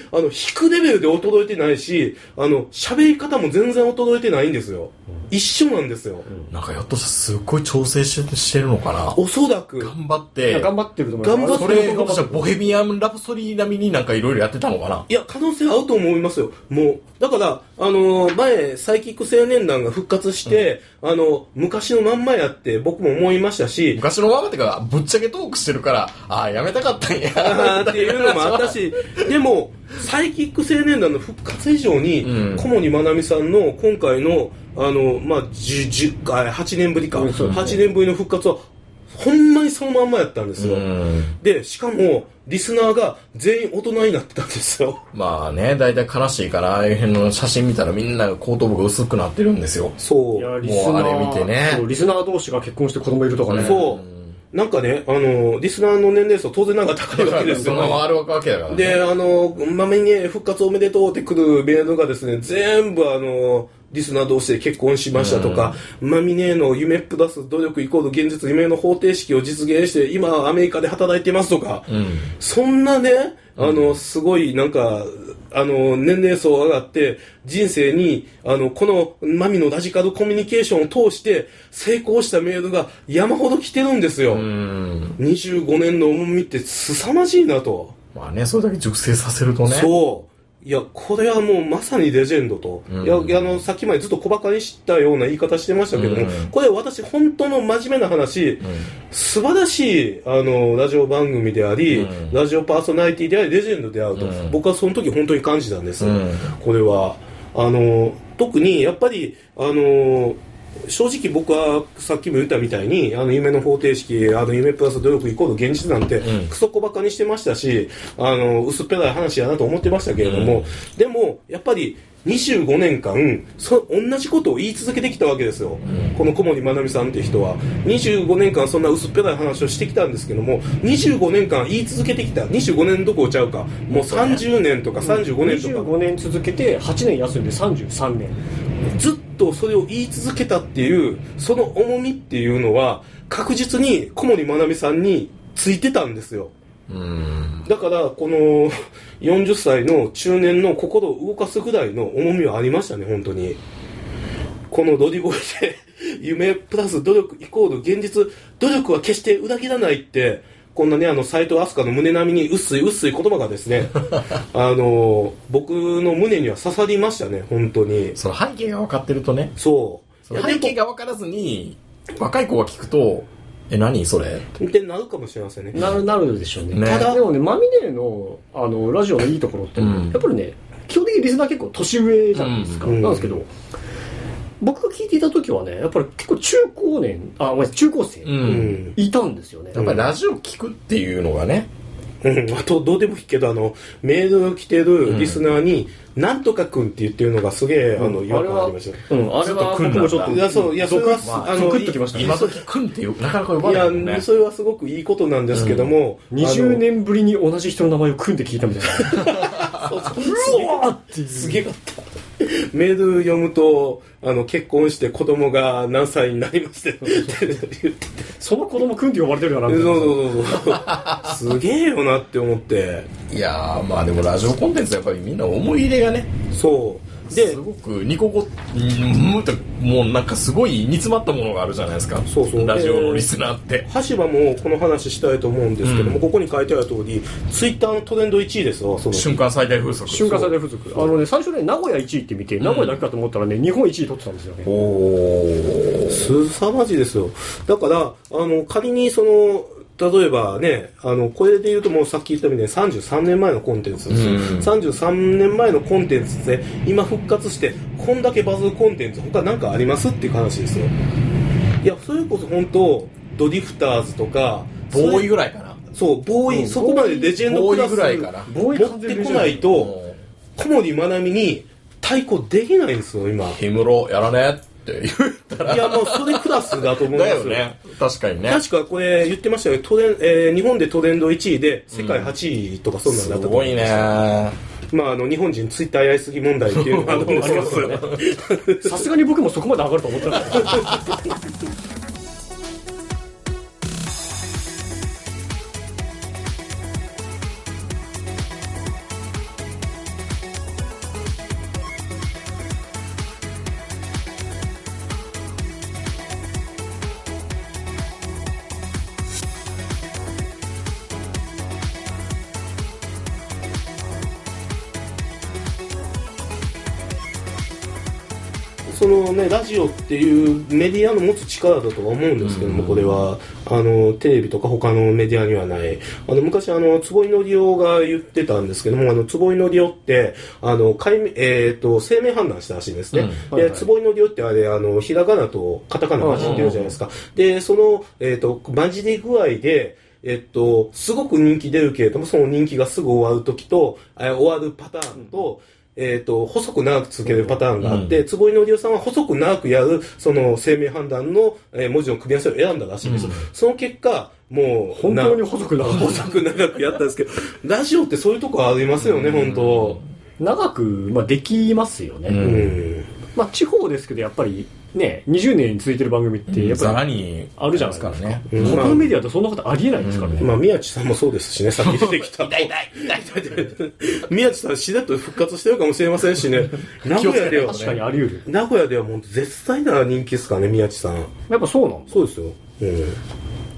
S3: あの、弾くレベルで衰えてないし、あの、喋り方も全然衰えてないんですよ。一緒なんですよ。
S2: なんかやっとしたすっごい調整してしてるのかな。
S3: おそらく、
S2: 頑張って、
S4: 頑張ってると思います
S3: 頑張
S2: そ
S3: ってる
S2: れ、僕たちはボヘミアン・ラプソディ並みになんかいろいろやってたのかない
S3: や、可能性あると思いますよ。もう、だから、あの、前、サイキック青年団が復活して、あの、昔のまんまやって僕も思いましたし、
S2: 昔のままってか、ぶっちゃけトークしてるから、ああ、やめたかったんや。
S3: あーっていうのもあったし、でも、サイキック青年団の復活以上に、
S2: うん
S3: 小森まなみさんの今回の、あの、まあ、10 10回、8年ぶりか、
S4: うんそうですね
S3: 8年ぶりの復活は、ほんまにそのまんまやったんですよ。
S2: うん
S3: で、しかも、リスナーが全員大人になってたんですよ。
S2: まあね、だいたい悲しいから、ああいう辺の写真見たらみんな後頭部が薄くなってるんですよ。
S3: そ。
S4: いうやリスナ
S2: もう
S4: ー
S2: あれ見てね
S4: そうリスナー同士が結婚して子供いるとかね
S3: そう。なんかね、あの、リスナーの年齢層当然なんか高いわけで す
S2: そ
S3: よ。
S2: のままあるわけだから、ね。
S3: で、あの、まめにね復活おめでとうって来るメールがですね、全部あの、リスナー同士で結婚しましたとか、まみねの夢プラス努力イコール現実夢の方程式を実現して、今アメリカで働いてますとか、
S2: うん。
S3: そんなね、あの、すごいなんか、あの、年齢層上がって、人生に、あの、このマミのラジカルコミュニケーションを通して、成功したメールが山ほど来てるんですよ。
S2: うん。
S3: 25年の重みって凄まじいなと。
S2: まあね、それだけ熟成させるとね。
S3: そう。いや、これはもうまさにレジェンドと、
S2: うん
S3: いやいやあのさっきまでずっと小馬鹿にしたような言い方してましたけども、
S2: うん
S3: これ私、本当の真面目な話、素晴らしいあのラジオ番組であり、
S2: うん
S3: ラジオパーソナリティでありレジェンドであると、
S2: うん
S3: 僕はその時本当に感じたんです、
S2: うん
S3: これはあの特にやっぱりあの正直僕はさっきも言ったみたいにあの夢の方程式あの夢プラス努力イコール現実なんて
S2: うん
S3: クソ小バカにしてましたしあの薄っぺらい話やなと思ってましたけれども、でもやっぱり25年間そ同じことを言い続けてきたわけですよ、この小森まなみさんっていう人は25年間そんな薄っぺらい話をしてきたんですけども25年間言い続けてきた25年どころちゃうかもう30年とか35年とか、
S4: 25年続けて8年休んで33年
S3: ずっとそれを言い続けたっていうその重みっていうのは確実に小森まなみさんについてたんですよ
S2: うん
S3: だからこの40歳の中年の心を動かすぐらいの重みはありましたね本当にこのロディゴイで 夢プラス努力イコール現実努力は決して裏切らないってこんなねあの斎藤飛鳥の胸並みに薄い薄い言葉がですね あの僕の胸には刺さりましたね本当に
S2: その背景が分かってるとね
S3: そう
S2: その背景が分からずに若い子が聞くと「え何それ?
S3: ってなるかもしれませんね
S4: なるなるでしょうね
S2: ね
S4: ただでもねマミネのあのラジオのいいところって、
S2: うん
S4: やっぱりね基本的にリスナー結構年上じゃないですか、
S3: うん
S4: なんですけど僕が聞いていた時はねやっぱり結構中高年あごめんなさい中高生、」
S3: う
S2: うん
S3: ん、
S4: いたんですよね、
S2: やっぱりラジオ聞くっていうのがね
S3: うん、あとどうでもいいけどあのメールを来てるリスナーに「なんとかくん」って言ってるのがすげえ、あの違和感ありましたね
S4: うん、あ
S2: ず
S4: れ
S2: っと
S4: は
S2: 来るん
S4: 僕
S2: だ
S4: もちょっと
S3: いやそういやそれは、
S2: まあ
S3: あ、
S4: ゾ
S3: の
S4: クッときましたね
S2: 今時くんってよなかなか呼ば
S3: い
S2: れない
S3: や
S2: もんね
S3: それはすごくいいことなんですけども、
S4: 20年ぶりに同じ人の名前を組んで聞いたみたいな
S3: あのそう
S4: うわーっていう
S3: すげえかったメール読むとあの結婚して子供が何歳になりましてって言ってて
S4: その子供組んで呼ばれてるからな
S3: そう
S4: みたい
S3: そう
S4: な
S3: そうそうすげえよなって思って
S2: いやーまあでもラジオコンテンツはやっぱりみんな思い入れがね
S3: そうです
S2: ごくニココうんもうともうなんかすごい煮詰まったものがあるじゃないですか
S3: そうそう
S2: ラジオのリスナーって、
S3: 羽柴もこの話したいと思うんですけども、
S2: うん
S3: ここに書いてある通りツイッターのトレンド1位ですよその
S2: 瞬間最大風速
S4: 瞬間最大風俗あのね最初ね名古屋1位って見て名古屋だけかと思ったらね、日本1位取ってたんですよね
S2: おお
S3: すさまじいですよだからあの仮にその例えばねあのこれで言うともうさっき言ったみたいに33年前のコンテンツですよ、
S2: うん
S3: 33年前のコンテンツで今復活してこんだけバズるコンテンツ他なんかありますっていう話ですよいやそれこそ本当ドリフターズとか
S2: ボーイ
S3: それ
S2: ぐらいかな
S3: そうボーイ、
S4: うん
S3: そこまでレジェンド
S2: ボ
S3: ク
S2: ー
S3: ラ
S2: イ
S3: ス
S2: ぐらいかな
S4: ボーイ
S3: 持ってこないと小森まなみに対抗できないんですよ今い
S2: 氷室やらねって言ったら
S3: やもうそれクラスだと思う ん
S2: だ
S3: です
S2: よ
S3: よ
S2: ね確かにね
S3: 確かこれ言ってましたよトレン、えー日本でトレンド1位で世界8位とかそんなんだ
S2: す
S3: ったと思
S2: ご
S3: う
S2: い
S3: んで
S2: ね
S3: すよまああの日本人ツイッターやりすぎ問題っていうのがある んですけ
S4: あり
S3: ど
S4: まさすがに僕もそこまで上がると思ってなかった
S3: そのねラジオっていうメディアの持つ力だとは思うんですけども、これはあのテレビとか他のメディアにはないあの昔あの坪井のりおが言ってたんですけどもあの坪井のりおってあの解明、えー、と生命判断したらしいんですね、
S4: うんはいは
S3: で
S4: い
S3: 坪井のりおってあれあのひらがなとカタカナ混じってるじゃないですかでその、えー、と混じり具合でえっと、すごく人気出るけれども、その人気がすぐ終わるときと、えー終わるパターンと、えっと、細く長く続けるパターンがあって、坪井のりおさんは細く長くやる、その生命判断の、えー文字の組み合わせを選んだらしいんですよ。その結果、もう、
S4: 本
S3: な
S4: 当に細くなかった
S3: 細く長くやったんですけど、 ラジオってそういうとこありますよね、本当
S4: 長く、まあ、できますよね、
S2: う
S3: うんん。
S4: まあ、地方ですけどやっぱりね20年続いてる番組ってやっ
S2: ざ
S4: ぱ
S2: ら
S4: り
S2: に
S4: あるじゃない
S2: す
S4: で
S2: か
S4: す
S2: ら
S4: か、
S2: ね
S3: うん
S4: 他のメディアとそんなことありえないですからね、
S3: まあ、宮地さんもそうですしね、さっき出てきた。
S2: 痛い痛い痛い痛い
S3: 宮地さん、しだっと復活してるかもしれませんしね、名古屋では、
S4: 確かにあり得る
S3: 名古屋ではもう絶対な人気ですかね、宮地さん。
S4: やっぱそうなんです
S3: そうですよ。うん。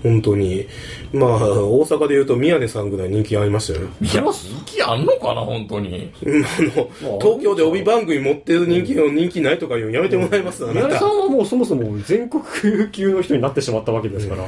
S3: 本当にまあ大阪でいうと宮根さんぐらい人気ありましたよね
S2: いや、人気あんのかな、本当に。
S3: うん
S4: ま
S3: あ
S4: あ
S3: の東京で帯番組持ってる人気の人気ないとかいうのやめてもらいますあ
S4: 宮
S3: な
S4: 根
S3: た
S4: さんはもうそもそも全国級の人になってしまったわけですから、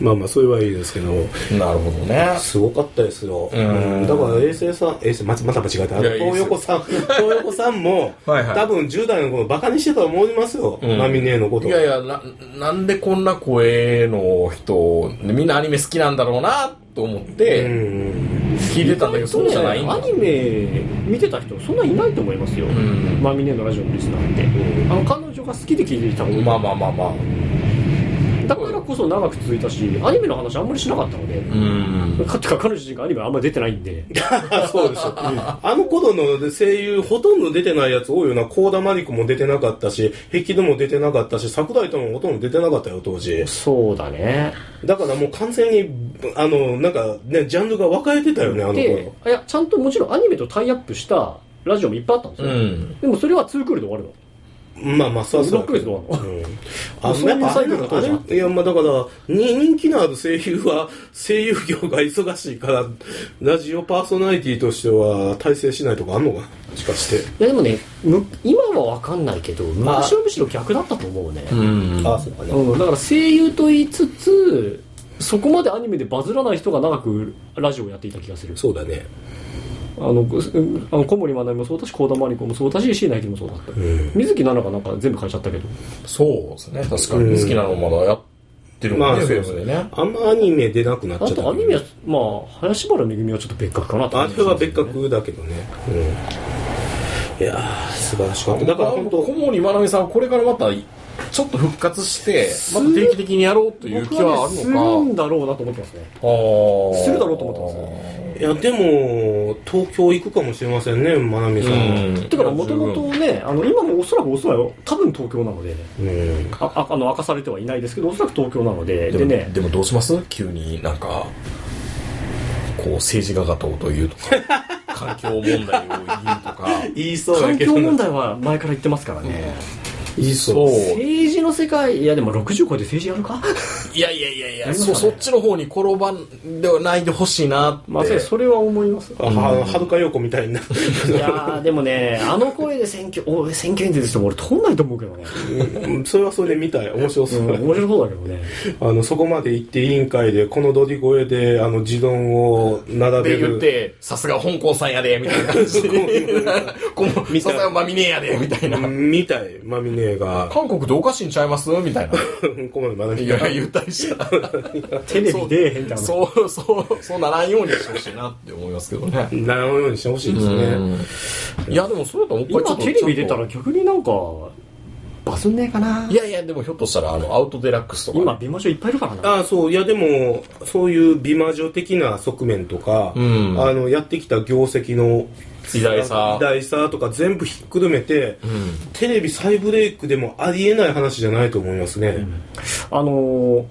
S3: まあまあそれはいいですけど
S2: なるほどね。
S3: すごかったですよ、
S2: ん
S3: うんだから衛星さん衛星またまた間違えた
S2: いやいいです
S3: 東横さん東横さんも
S2: はいはい
S3: 多分10代の頃バカにしてたと思いますよ、
S2: ん
S3: ラミネーのこと
S2: いやいやな、なんでこんな声の人、みんなアニメ好きなんだろうなと思っ
S3: う
S2: て
S3: ん
S2: 聞いてたんだけど、そうじゃないんだ
S4: ア。ニメ見てた人そんないないと思いますよ、
S2: ん
S4: マミネのラジオのリスナーって、あの彼女が好きで聞いていたこと、
S2: まあまあまあまあ。
S4: だからこそ長く続いたしアニメの話あんまりしなかったので、
S2: うん。
S4: かってか彼女自身がアニメあんまり出てないんで
S3: あそうですよあの頃の声優ほとんど出てないやつ多いよな幸田真理子も出てなかったし壁戸も出てなかったし桜井ともほとんど出てなかったよ当時
S4: そうだね
S3: だからもう完全にあのなんかねジャンルが分かれてたよねあの
S4: で
S3: 頃
S4: いやちゃんともちろんアニメとタイアップしたラジオもいっぱいあったんです
S2: う
S4: よ、
S2: ん。
S4: でもそれは2クールで終わるの
S3: まあまあそうそう
S4: 6ヶ月で終わるの
S3: うん
S4: も
S3: あ
S4: うそういうサイクルが当時あっ
S3: いやまあだからに人気のある声優は声優業が忙しいからラジオパーソナリティとしては大成しないとかあんのかなもしかして
S4: いやでもねむ今は分かんないけど昔はむしろ逆だったと思うね、
S2: うん。
S3: あそうかね
S4: うん、だから声優と言いつつそこまでアニメでバズらない人が長くラジオをやっていた気がする
S3: そうだね
S4: あのこうんあの小森まなみもそうだし幸田真理子もそうだし椎名由紀もそうだった、水木奈々がなんか全部変えちゃったけど
S2: そうですね、確かに。好きなのまだやってる
S3: ま
S2: もん
S3: あ
S2: ね、
S3: そ
S2: 全
S3: うで
S2: 部
S3: す
S2: で
S3: ね
S2: ね。
S3: あんまアニメ出なくなっ
S4: あ
S3: ちゃった
S4: とアニメはまあ林原めぐみはちょっと別格かなと
S3: あ
S4: 思
S3: れは別格だけどねうんいやー素晴らしかっただから本当
S2: 小森まなみさんはこれからまた、ちょっと復活して、また定期的にやろうという気
S4: 僕は
S2: はあ
S4: ねす
S2: る
S4: るん
S2: のか。
S4: だろうなと思ってますね
S2: あー
S4: するだろうと思ってます
S3: いやでも東京行くかもしれませんねまなみさんは
S2: うん。
S4: てかもともとねあの今もおそらくお住まいは多分東京なので、
S3: うん
S4: あああの明かされてはいないですけどおそらく東京なので
S2: で
S4: で
S2: も
S4: ね
S2: でもどうします急になんかこう政治家がどうというと か環境問題を言うとか
S3: 言いそうや
S4: 環
S3: けど
S4: 境問
S3: な
S4: 題は前から言ってますからね、
S3: 言いそう
S2: そう
S4: 政治の世界いやでも60超えて政治やるか
S2: いやいやいやい
S4: あ
S2: や
S4: ります
S2: そ
S4: かね
S2: そっちの方に転ばんではないでほしいなって、
S4: まあそれそれは思います
S3: あははるか陽子みたいな
S4: いやーでもね あの声で選挙お選挙演説しても俺通んないと思うけどね、
S3: うんそれはそれで見たい面白そうう、
S4: ん、面白 そうだけどね
S3: あのそこまで行って委員会でこのドリ声であの自論を並べ
S2: で言っ
S3: る
S2: てさすが香港さんやでみたいな感じで この
S3: 見
S2: さ
S3: た
S2: すがマミネやでみたいな
S3: うんみたいマミネー が
S2: 韓国でおかしいんちゃいますみたいな
S3: こまでまだ
S2: いや言ったりした
S4: テレビ出えへんって話
S2: そうそうそうならんようにしてほしいなって思いますけどね
S3: なるようにしてほしいですね
S2: いやでもそれだともう一回ちょ
S4: 今
S2: っと
S4: テレビ出た
S2: ちょ
S4: ら
S2: っ
S4: 逆になんかバズんねえかな
S2: といやいやでもひょっとしたらあのアウトデラックスとか
S4: 今美魔女いっぱいいるからな
S3: ああそういやでもそういう美魔女的な側面とか、
S2: ん
S3: あのやってきた業績の
S2: 偉大さ
S3: 偉大さとか全部ひっくるめて、テレビ再ブレイクでもありえない話じゃないと思いますね、
S4: あのー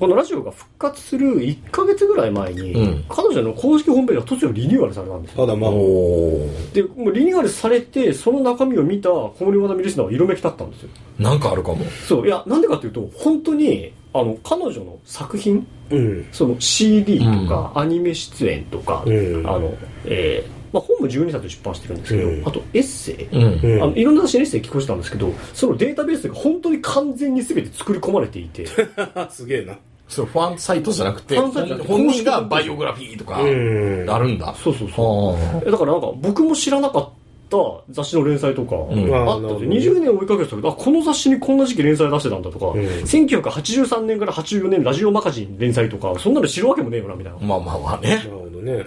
S4: このラジオが復活する1ヶ月ぐらい前に、
S2: うん
S4: 彼女の公式ホームページが突如リニューアルされたんですよ
S3: ただまあ
S2: お
S4: でもうリニューアルされてその中身を見た小森和田ミリスナーは色めきだったんですよ
S2: なんかあるかも
S4: そういやなんでかっていうと本当にあの彼女の作品
S3: うん
S4: その CD とか、アニメ出演とか、
S3: うん
S4: あのえーまあ、本も12冊出版してるんですけど、
S3: うん
S4: あとエッセイ、
S2: うん
S3: うん
S4: あのいろんな雑誌にエッセイ寄稿したんですけどそのデータベースが本当に完全に全て作り込まれてい て
S3: あすげえな
S2: それファンサイトじゃなくて
S4: ファンサイトじゃなくて
S2: 本人がバイオグラフィーとか
S3: うん
S2: あるんだ
S4: そうそうそう
S2: あ
S4: えだからなんか僕も知らなかった雑誌の連載とか、
S2: ん
S3: ま
S4: あ
S3: あ
S4: った
S3: な
S4: と
S3: るほど
S4: 20年追いかけてたけどあこの雑誌にこんな時期連載出してたんだとか、
S3: ん
S4: 1983年から84年ラジオマガジン連載とかそんなの知るわけもねえよなみたいな
S2: あ、まあまあまあね
S3: なるほどね、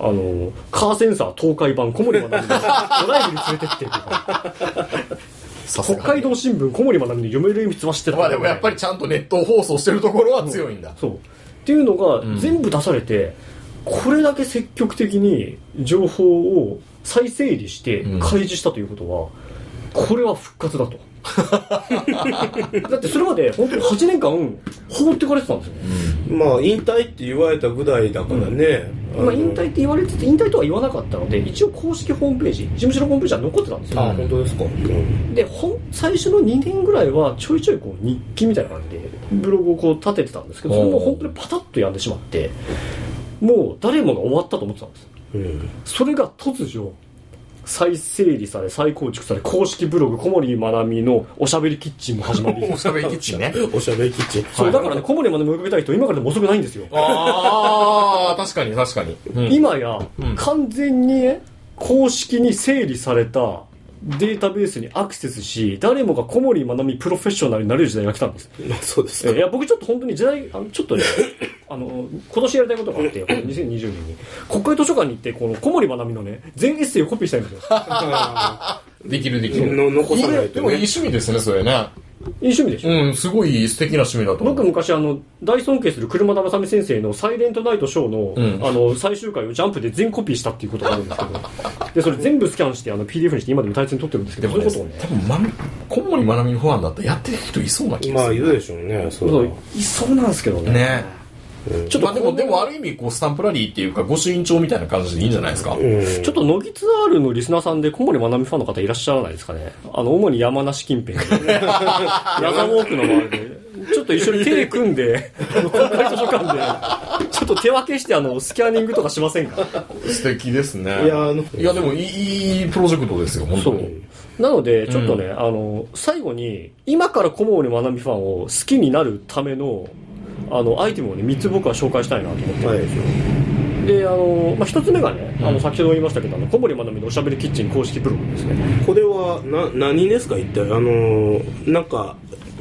S4: あのカーセンサー東海版小森まなみがドライブに連れてってとか
S2: さす
S4: 北
S2: が
S4: 海道新聞小森まなみの読める意味つましてたと
S2: ま
S4: か
S2: あでもやっぱりちゃんとネット放送してるところは強いんだ
S4: そうっていうのが全部出されて、これだけ積極的に情報を再整理して開示したということは、これは復活だと だってそれまで本当に8年間放ってかれてたんですよね、
S3: まあ引退って言われたぐらいだからね、
S4: まあ、引退って言われてて引退とは言わなかったので一応公式ホームページ事務所のホームページは残ってたんです
S3: あのあ
S4: よ
S3: 本当ですか、うん
S4: でほん最初の2年ぐらいはちょいちょいこう日記みたいな感じでブログをこう立ててたんですけどそれも本当にパタッとやんでしまってもう誰もが終わったと思ってたんですよ
S3: うん
S4: それが突如再整理され再構築され公式ブログ小森まなみのおしゃべりキッチンも始まり
S2: おしゃべりキッチンね。
S3: おしゃべりキッチン
S4: そうだからね小森まなみを追いかけたい人今からでも遅くないんですよ
S2: ああ、確かに確かに。うん
S4: 今や
S2: うん
S4: 完全にね公式に整理されたデータベースにアクセスし誰もが小森まなみプロフェッショナルになれる時代が来たんです
S3: まあ そうです
S4: え ーい
S3: か
S4: や僕ちょっと本当に時代あのちょっとねあの今年やりたいことが あってこの2020年に国会図書館に行ってこの小森まなみのね全エッセイをコピーしたいんですよ
S2: できるできる。
S3: の残さな
S2: い
S3: いとね
S2: いでもいい趣味ですね、それね。
S4: いい趣味でしょ、
S2: うん、すごい素敵な趣味だと思う。
S4: 僕昔あの大尊敬する車田正美先生の「サイレントナイトショーの」
S2: うん
S4: あの最終回をジャンプで全コピーしたっていうことがあるんですけどでそれ全部スキャンしてあの PDF にして今でも大切に取ってるんですけ
S2: で
S4: ど
S2: もね、
S4: そういうことをね
S2: 多分、まみ、小森まなみのファンだったらやってる人いそうな気が
S3: ますあい
S2: る。
S3: るでしょうねそ
S4: そうういそうなんですけどね
S2: ね
S4: ちょっと
S2: まあでも、
S4: こう
S2: でもある意味、こう、スタンプラリーっていうか、御朱印帳みたいな感じでいいんじゃないですか。
S3: だ、うん、
S4: ちょっと乃木ツアールのリスナーさんで小森まなみファンの方いらっしゃらないですかねあの、主に山梨近辺。ラザウォークの周りで。ちょっと一緒に手組んで、あの公開図書館で、ちょっと手分けしてあの、スキャニングとかしませんか
S2: 素敵ですね。
S3: いやあの
S2: いやでもいい、いいプロジェクトですよ、本当に。
S4: なので、ちょっとね、あの、最後に、今から小森まなみファンを好きになるための、あの、アイテムをね、3つ僕は紹介したいなと思って
S3: はい
S4: で、あの、まあ、1つ目がね、あの、先ほども言いましたけど、あの、小森まなみのおしゃべりキッチン公式ブログですね。
S3: これはな何ですか一体あのーなんか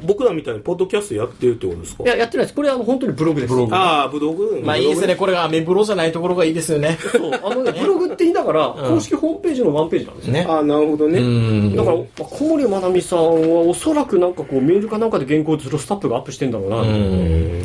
S3: 僕らみたいにポッドキャストやってるってことですか
S4: いや、やってないです。これあの、本当にブログです。
S2: ブログ
S3: ああブログ
S2: まあいいですね、これがアメブロじゃないところがいいですよね。
S4: そうあのね、ブログって言いながら、公式ホームページのワンページなんですよ。
S2: ね。
S3: ああなるほどね、
S2: うん。
S4: だから、まあ、小森まなみさんはおそらくなんかこうメールかなんかで原稿するスタッフがアップしてんだろうなっていう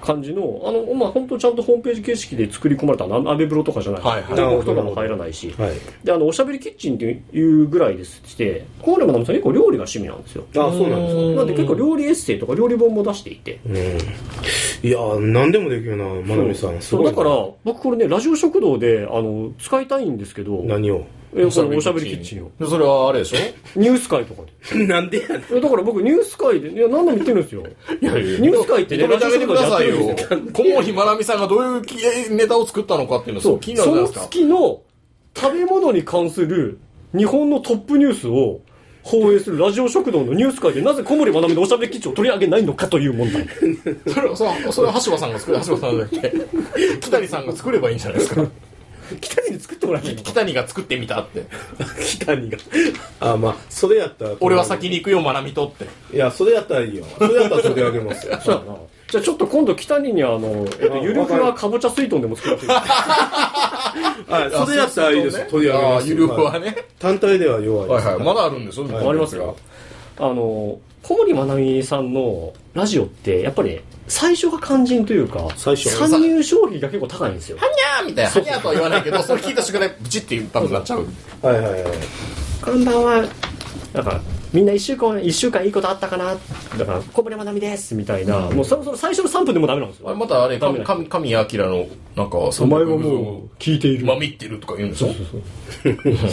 S4: 感じの、あの、まあ、本当ちゃんとホームページ形式で作り込まれたなアメブロとかじゃない。
S2: はいはい
S4: 広告とかも入らないし。
S3: はい
S4: で、あの、おしゃべりキッチンっていうぐらいですして、小森まなみさん結構料理が趣味なんですよ。
S3: ああそうなんですか
S4: なんで結構料理エッセイとか料理本も出していて。
S3: うんいやー何でもできるなまなみさんす
S4: そう
S3: ごい
S4: だ
S3: な
S4: から、僕これね、ラジオ食堂で、あの、使いたいんですけど、
S3: 何を
S4: えこのおしゃべりキッチンを。
S2: でそれはあれでしょ
S4: ニュース会とかで。
S3: なんでやねん
S4: いやだから僕ニュース会でいや何度も言ってるんですよ
S2: いやい
S4: ニュース会ってね
S2: 認めてあげてください
S4: ラジオ
S2: よ
S4: 局でやって。
S2: 小森まなみさんがどういうきネタを作ったのかっていうの
S4: そ
S2: そうう気になる
S4: そ
S2: じゃな
S4: の
S2: いですか。
S4: 月の食べ物に関する日本のトップニュースを放映するラジオ食堂のニュース会でなぜ小森まなみのおしゃべり基地を取り上げないのかという 問題
S2: それは、それはそれは橋場さんが作る、橋場さんだっけ北谷さんが作ればいいんじゃないですか。
S4: 北に作ってもらえないの
S2: 北谷が作ってみたって。
S3: 北にがああまあそれやったら
S2: 俺は先に行くよ、まなみとって。
S3: いやそれやったらいいよそれやったら取り上げますよ
S4: そうだな じゃあちょっと今度北ににあの、えっと、ゆるふわかぼちゃ水豚でも作らせてくださ
S3: はいそれやったらいいですよ取り上げ
S2: あ
S3: ま
S2: あ、
S3: す
S2: ゆるふ
S3: は
S2: はいね。
S3: 単体では弱いで
S2: はい
S3: す
S2: はい。 まだあるんでしょ
S4: いありますよ。あの小森まなみさんのラジオってやっぱり最初が肝心というか
S3: 最初
S4: 参入消費が結構高いんですよ
S2: はにゃーみたいな。はにゃーとは言わないけど、それ聞いた瞬間でブチって多分なっちゃう。
S3: はいはいはい
S4: こんばんは。だから、みんな一週間、一週間いいことあったかなだから、小森まなみですみたいな、もうそろそろ最初の3分でもダメなんです
S2: あれ
S4: よ。
S2: またあれ、
S4: ダメ
S2: 神
S4: だ
S2: 神神明の、なんか、お
S4: お前はもう、聞いている。
S2: まみってるとか言うんでしょ経絡飛行
S4: 368経絡飛行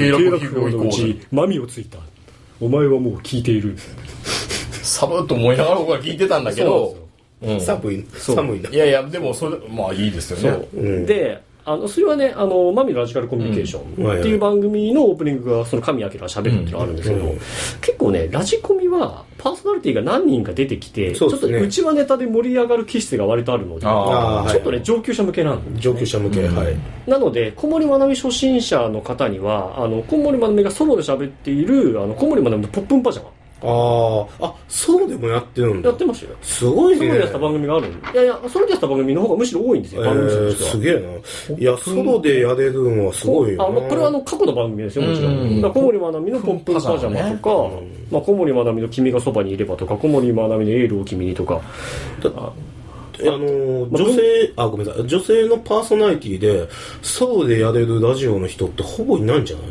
S2: 移行
S4: のうち、まみをついた。お前はもう聞いている。
S2: サブっと思いながら僕は聞いてたんだけど、うん
S3: 寒い寒いない
S2: やいや、でもそれ、まあいいですよね。
S3: うん
S4: で、あの、それはね、あの、マミのラジカルコミュニケーショ
S3: うんは
S4: ン
S3: いはい
S4: っていう番組のオープニングが、その神明が喋るっていうのがあるんですけど、
S3: うん
S4: 結構ね、ラジコミは、パーソナリティが何人か出てきて、ち
S3: そ
S4: ょ
S3: う
S4: っ
S3: です
S4: と
S3: ね
S4: 内輪ネタで盛り上がる気質が割とあるので、
S2: あ
S3: あー
S4: ちょっとね、上級者向けなんで
S3: 上級者向け、はい
S4: なので、小森まなみ初心者の方には、あの、小森まなみがソロで喋っている、あの、小森まなみのポップンパジャマ、
S3: あああそうでもやってるんだ
S4: やってましたよ。
S3: すごい
S4: ソ
S3: ね
S4: ロでやってた番組があるんでいやいや、ソロでやってた番組の方がむしろ多いんです
S3: え
S4: よ、番組数と
S3: ー、
S4: しては。
S3: すげえないやソロでやれるのはすごいよ
S4: あ
S3: な
S4: のこれはあの過去の番組ですよもちろん、
S2: うん
S4: だから小森まなみの「ポップンパジャマ」とか、まあ、小森まなみの「君がそばにいれば」とか小森まなみの「エールを君に」とか
S3: えあのー女性あごめんなさい女性のパーソナリティでソロでやれるラジオの人ってほぼいないんじゃない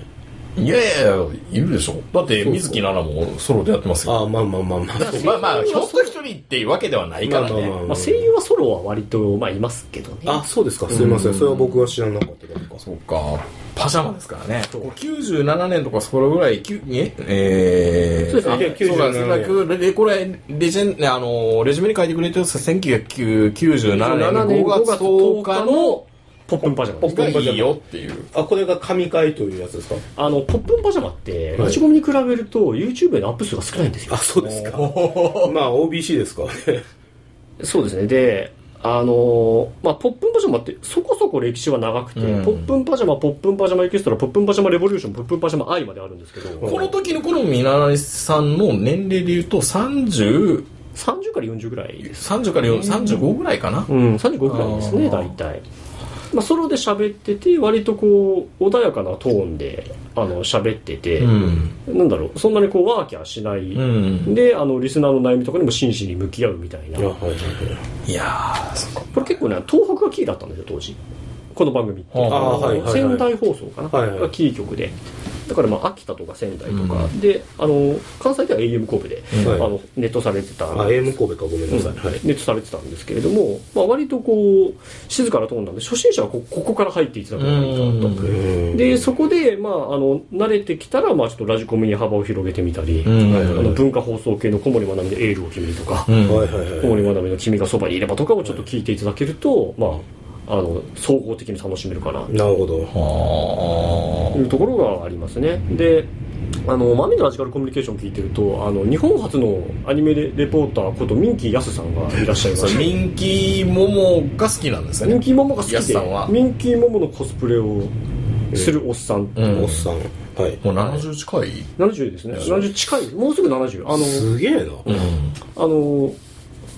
S2: いやいやいやいるでしょだって水木奈々もソロでやってますよ
S3: ああ、まあまあまあまあ。
S2: まあまあひょっと一人っていうわけではないからね、
S3: まあまあまあ
S4: まあ、声優はソロは割と、まあ、いますけどね。
S3: あ、そうですか。すいません。それは僕は知らなかっただけか。
S2: そうかパジャマですからね97年とかそれぐらいきゅええー、
S4: そうですね
S2: あそうなんです
S3: 97
S2: だ
S3: 年
S2: からでこれレジェンねあのレジュメに書いてくれてるやつは1997年
S4: 7
S2: 5
S4: 年5
S2: 月
S4: 月
S2: 10
S4: 10
S2: 日
S4: 日
S2: の
S4: のポップンパジャマです
S2: がいいよっていう
S3: あ、これが神回というやつですか
S4: あの、ポップンパジャマって、
S3: はい
S4: 打ち込みに比べると YouTube へのアップ数が少ないんですよ。
S3: そうですか。まあ、OBC ですからね。
S4: そうですね。で、あのーまあ、ポップンパジャマってそこそこ歴史は長くて、
S2: うん
S4: ポップンパジャマ、ポップンパジャマエキストラ、ポップンパジャマレボリューション、ポップンパジャマ愛まであるんですけど、
S2: この時の頃のみななさんの年齢で言うと3030
S4: 30から40ぐらいです。
S2: から40 35ぐらいかな、
S4: うん、35ぐらいですね、
S2: あ
S4: 大体。まあ、ソロで喋ってて、割とこう、穏やかなトーンで、あの、喋ってて、
S2: うん
S4: なんだろう、そんなにこう、ワーキャーしない。
S2: うん、
S4: で、あの、リスナーの悩みとかにも真摯に向き合うみたいな。
S2: いやーそっか
S4: これ結構ね東北がキーだったんですよ当時この番組って
S2: ああ
S3: はいはいはい
S4: 仙台放送かな、
S3: はいはい
S4: がキー局でだからまあ秋田とか仙台とか、であの関西では AM 神戸で、
S3: はい
S4: あのネットされてた
S3: あ、AM 神戸か。ごめんなさい。
S4: うん
S3: はい。
S4: ネットされてたんですけれども、まあ、割とこう静かなトーンなんで初心者はこここから入っていってたのがいいかなと、でそこで、まあ、あの慣れてきたら、まあ、ちょっとラジコミに幅を広げてみたり、
S2: うん
S4: あの文化放送系の小森まなみのエールを決めるとか、
S2: うん
S3: はいはいはい
S4: 小。森まなみの君がそばにいればとかをちょっと聞いていただけると、まあ、あの、総合的に楽しめるかな、
S3: なるほど。
S2: あ
S4: というところがありますね。で、あの、マミのラジカルコミュニケーション聞いてると、あの、日本初のアニメレポーターことミンキーヤスさんがいらっしゃい
S2: ー
S4: ま
S2: そう
S4: し
S2: ミンキーモモが好きなんです
S4: た。
S2: よ
S4: ミ
S2: ね
S4: ンキーモモが好き
S2: ヤス
S4: で
S2: さんは、
S4: ミンキーモモのコスプレをするおっさん。
S2: うん
S3: おっさん。はい。
S2: もう70近い、
S4: 70ですね。70近い。もうすぐ70。あの、
S3: すげえな。
S4: あの、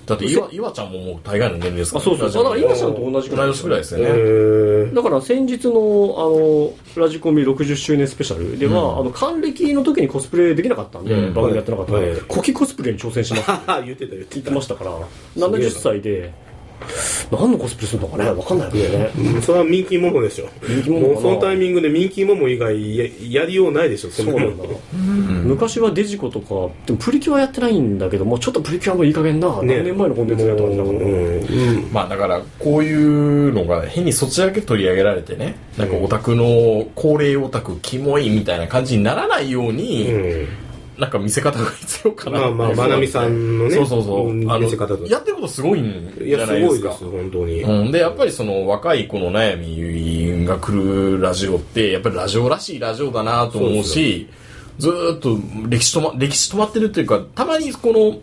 S2: だって岩岩ちゃんももう大概の年齢ですか
S4: あ、
S2: ら
S4: そうそう。だから今ちゃんと同じくら
S2: 同
S4: い
S2: い。年ぐらいですよ
S3: へ
S2: ね、
S3: え。
S4: だから先日のあのラジコミ60周年スペシャルでは、あの還暦の時にコスプレできなかったんで、
S2: うん
S4: 番組やってなかったので、
S3: はい
S4: コキコスプレに挑戦しますって
S3: あ、 言ってた言っ
S4: 言
S3: て。
S4: ったて ましたから、70歳で、何のコスプレするのかね、わかんないけどね。
S3: うんそれはミンキーモモでしょ。
S4: 人気者か
S3: もう
S4: な
S3: そのタイミングでミンキーモモ以外ややりようないでしょ、そん
S4: そう
S3: な
S4: な
S3: の
S4: んだ、昔はデジコとか、でもプリキュアやってないんだけど、もうちょっとプリキュアもいい加減な、
S3: ね
S4: 何年前のコンテンツだと感じだから、
S3: うん
S2: まあだからこういうのが変にそっちだけ取り上げられてねなんかオタクの高齢オタクキモいみたいな感じにならないように、
S3: うん
S2: なんか見せ方が必要かな
S3: まあまあ、まなみさんのね、
S2: そうそうそう
S3: うん
S2: あの
S3: 見せ方と。
S2: やってることすごいん
S3: い
S2: じ
S3: や、
S2: ゃ
S3: す
S2: ないで
S3: ご
S2: す
S3: いで
S2: か
S3: す、本当に。
S2: うん、でやっぱりその若い子の悩みが来るラジオってやっぱりラジオらしいラジオだなと思うしずーっと歴史止、ま、歴史止まってるっていうかたまにこの、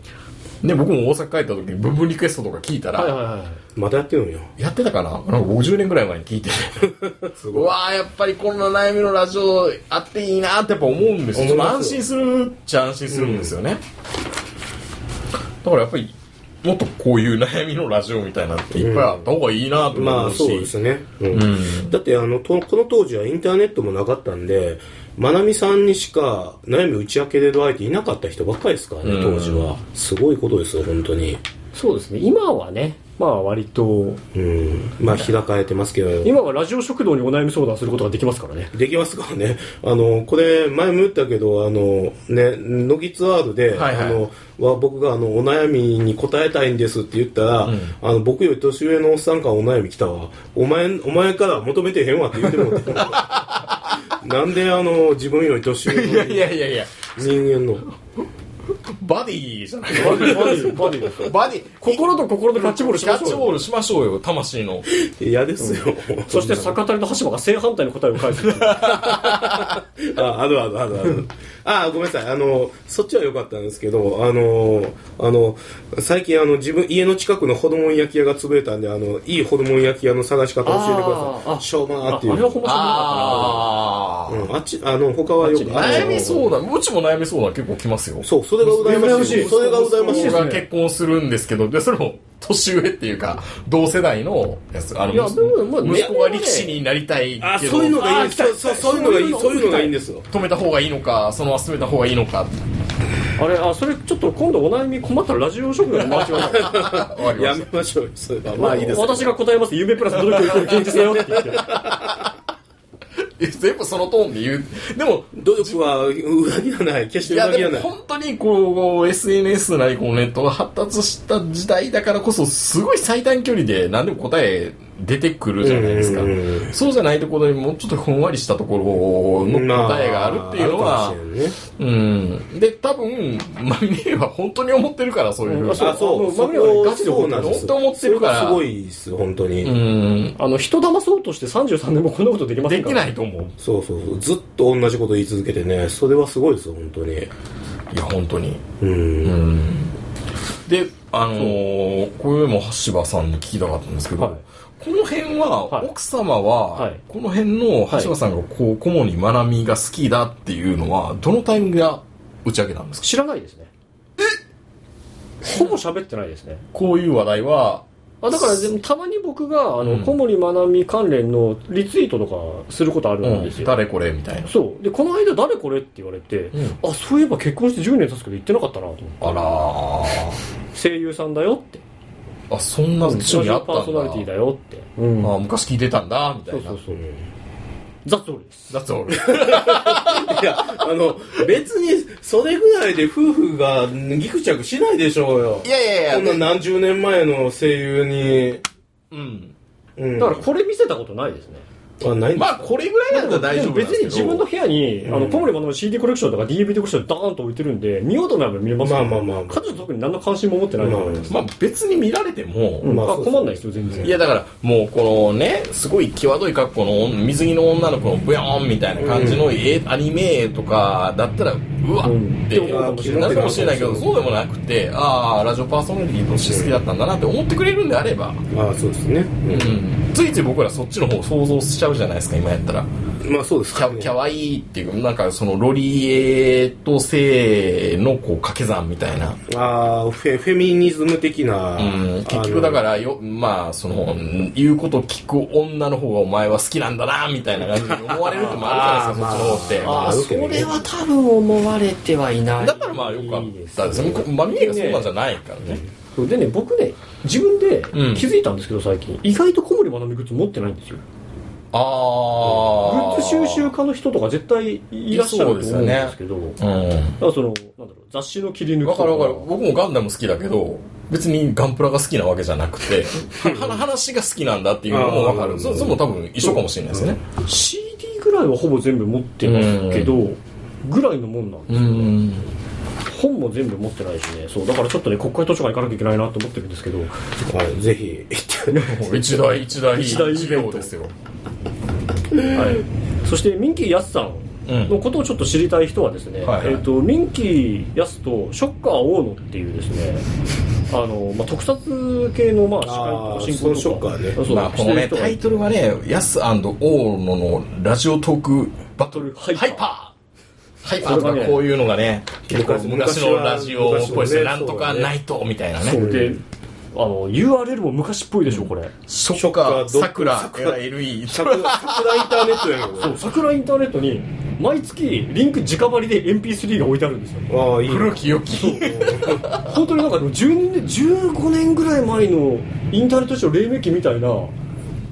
S2: ね、僕も大阪帰った時に部分リクエストとか聞いたら、
S4: はいはいはい。
S3: またやってるのよ。
S2: やってたかななんか50年ぐらい前に聞いて
S3: す
S2: う
S3: ごい。
S2: わーやっぱりこんな悩みのラジオあっていいなってやっぱ思うんです
S3: 思
S2: よ
S3: いますよ
S2: 安心するっちゃ安心するんですよね、だからやっぱりもっとこういう悩みのラジオみたいなのっていっぱいあった方がいいなと
S3: ま
S2: 思
S3: あ、
S2: うし、
S3: そうですね。うんだって、あの、とこの当時はインターネットもなかったんで、まなみさんにしか悩み打ち明けれる相手いなかった人ばっかりですからね、
S2: うん
S3: 当時は。すごいことですよ、本当に。
S4: そうですね、今はね、まあ割と、
S3: うん。まあ、開かれてますけど。
S4: 今はラジオ食堂にお悩み相談することができますからね。
S3: できますからね。あの、これ、前も言ったけど、あの、ね、乃木ツアールで、
S2: はいはい
S3: あの、は僕があの、お悩みに答えたいんですって言ったら、あの、僕より年上のおっさんからお悩み来たわ。お前、お前から求めてへんわって言っても らった。なんであの、自分より年上の
S2: いやいやいやいや、
S3: 人間の。
S2: バディじゃない
S4: バディバディバディですよ
S2: バディ、
S4: 心と心のキャッチボールし
S2: キ
S4: ま
S2: ャ
S4: し
S2: ッ
S4: ょう
S2: チ
S4: よ
S2: ボールしましょうよ、魂の。
S3: 嫌ですよ。
S4: そして逆たりの橋場が正反対の答えを返す
S3: あ、あるあるあるある。あ、ごめんなさい。あの、そっちは良かったんですけど、あの、あの、最近あの、自分、家の近くのホルモン焼き屋が潰れたんで、あの、いいホルモン焼き屋の探し方教えてくだ
S4: あー
S3: さ
S4: あ
S3: い。しょうま
S4: あ
S3: ーっていう。
S4: あれはほんま知ら
S2: あ
S4: なかっ
S3: うん、あっち、あの、他はよく、あっち
S2: 悩み相談、うちも悩み相談結構来ますよ。
S3: そう、それが羨まし
S4: 羨まし
S3: い。
S4: い
S3: それが羨ましい
S2: 僕
S3: です。
S2: が結婚するんですけど、で、それも年上っていうか、同世代のやつ、あの、
S4: いやでもまあ
S2: 息子が力士になりたい
S3: あ、
S2: けど、
S3: そういうのがいい。そうそうそういうのがいい。そういうのがいいんですよ。
S2: 止めた方がいいのか、そのまま進めた方がいいのか、
S4: たなあれあそれちょっと今度お悩み困ったらラジオ食堂の回しましょう
S2: 終わりま
S3: や
S2: し
S3: めましょう。それは
S4: 私が答えます夢プラス努力を現実だよって言って
S2: 全部そのトーンで言う。でも、
S3: 努力は裏切らない。決し
S2: い
S3: て
S2: や
S3: 裏切
S2: で
S3: ら
S2: も
S3: ない。
S2: 本当にこう SNS なりこうネットが発達した時代だからこそすごい最短距離で何でも答え出てくるじゃないですか
S3: うんうんうん
S2: そうじゃないところにもうちょっとふんわりしたところの答えがあるっていうの
S3: まあ
S2: は
S3: あるかもしれないね
S2: うんで多分 マミネは本当に思ってるからそういう
S4: うんあ
S3: あ、そう、
S4: まあ
S3: そ
S4: まあ
S3: こ
S4: ガチで怒って
S2: る本当思ってるから
S3: それがすごいです、本当に。
S2: うん
S4: あの、人騙そうとして33年もこんなことできませ
S2: で
S4: んか
S2: き
S4: ら
S2: ないと思う
S3: そうそうそう、ずっと同じこと言い続けてね、それはすごいですよ、本当に。
S2: いや本当に
S3: うん。
S2: であのー、これも橋場さんに聞きたかったんですけど、
S4: はい
S2: この辺は、
S4: はい
S2: 奥様は、
S4: はい
S2: この辺の橋場さんがこう顧問に学びが好きだっていうのはどのタイミングで打ち上げたんですか
S4: 知らないですね。ほぼ喋ってないですね。
S2: こういう話題は
S4: あだからでもたまに僕があの、
S2: うん
S4: 小森まなみ関連のリツイートとかすることあるんです
S2: うん
S4: よ、
S2: 誰これみたいな
S4: そうでこの間誰これって言われて、
S2: ん
S4: あそういえば結婚して10年経つけど言ってなかったなと思って
S2: あら
S4: 声優さんだよって
S2: ーあそんな趣味あっ
S4: ラジオパー
S2: た
S4: ソ
S2: ん
S4: ナリティ
S2: だ
S4: だよって、うん
S2: あ昔聞いてたんだみたい
S4: そ
S2: な
S4: うそうそうザ・ソウルです
S2: だって俺
S3: いや、あの、別に、それぐらいで夫婦がギクチャクしないでしょうよ
S2: い。やいやいや
S3: こんな何十年前の声優に、
S2: うん
S3: うん。
S4: だからこれ見せたことないですね
S3: あ、ないんだ
S2: まあこれぐらいだったら大丈夫
S4: で
S2: なん
S4: も別に
S2: ですけ
S4: 自
S2: ど
S4: 分の部屋に、あの小森まなみ CD コレクションとか DVD コレクションダーンと置いてるんで見ようと思えば見れますけど
S3: まあまあまあまあ
S4: 彼女特に何の関心も持ってないと思います、
S2: まあ別に見られても、
S4: うん
S3: まあ
S4: あ
S3: そうそう
S4: 困んないですよ全然
S2: いやだからもうこのねすごい際どい格好の水着の女の子のブヨーンみたいな感じの絵、アニメとかだったらうわ
S4: うん
S2: って思うかもしれないな
S3: うん
S2: るかもしれないけどそうでもなくてああラジオパーソナリティとして好きだったんだなって思ってくれるんであれば、
S3: まあ、そうですね。
S2: うん、ついつい僕らそっちの方想像しちゃうじゃないですか今やったら
S3: うん。まあ、そうです
S2: キャキャワイイっていうなんかそのロリエと性のこう掛け算みたいな
S3: ああ、フェ、フェミニズム的な。。
S2: うん結局だかららよまあその言うこと聞く女の方がお前は好きなんだなみたいな感じに思われるってもあるじゃないですかそっちの
S3: ま
S2: 方っ
S3: あある
S2: て
S3: けどね
S4: 多分思われてはいな
S2: だからまあよかったですねまみえがそうなんじゃないからね
S4: そうでね僕ね自分で
S2: うん
S4: 気づいたんですけど最近、意外と小森まなみグッズ持ってないんですよグ
S2: ああ
S4: ッズ収集家の人とか絶対いらっしゃると思うんですけど
S2: うん
S4: だからそのなんだろう雑誌の切り抜きと
S2: わかるわかる僕もガンダム好きだけど別にガンプラが好きなわけじゃなくて はは話が好きなんだっていうのもわか
S3: あー
S2: るそそれも多分一緒かもしれないですね
S4: CD ぐらいはほぼ全部持ってますけど、ぐらいのもんなん
S2: う
S4: ですよ、
S2: ん
S4: 本も全部持ってないしねそうだからちょっとね国会図書館行かなきゃいけないなと思ってるんですけど
S3: はい、ぜひ、行って。
S2: 一大一大
S4: 一大イベント
S2: 一大ですよ
S4: はい、そしてミンキーやすさんのことをちょっと知りたい人はですね、
S2: はいはい
S4: えー、とミンキーやすとショッカー大野っていうですねあの、まあ、特撮系のまあ
S3: あー
S4: 司会進行とか
S3: そのショッカーね
S4: そうそう
S2: まあ、このね、
S4: してる人が
S2: タイトルはね、ヤス大野のラジオトークバトルハ
S4: ハ
S2: イ
S4: イ
S2: パー
S4: パー
S2: ハイパーとかこういうのがね、結構昔
S3: 昔
S2: の
S3: は
S2: ラジオっぽいですね。
S3: 昔は
S2: な
S3: ね
S2: んとかナイトみたいな
S4: そ
S2: ね。
S4: うであの URL も昔っぽいでしょこれ、
S2: ショッカー、
S3: ショッカー
S2: さくら、
S3: 桜
S2: LE。
S3: 桜、桜インターネットやねんこ
S4: そう桜インターネットに毎月リンク直張りで MP3 が置いてあるんですよ
S3: れ。ああ、いいね。
S2: 古き良き。
S4: 本当になんか10年15年ぐらい前のインターネット上黎明期みたいな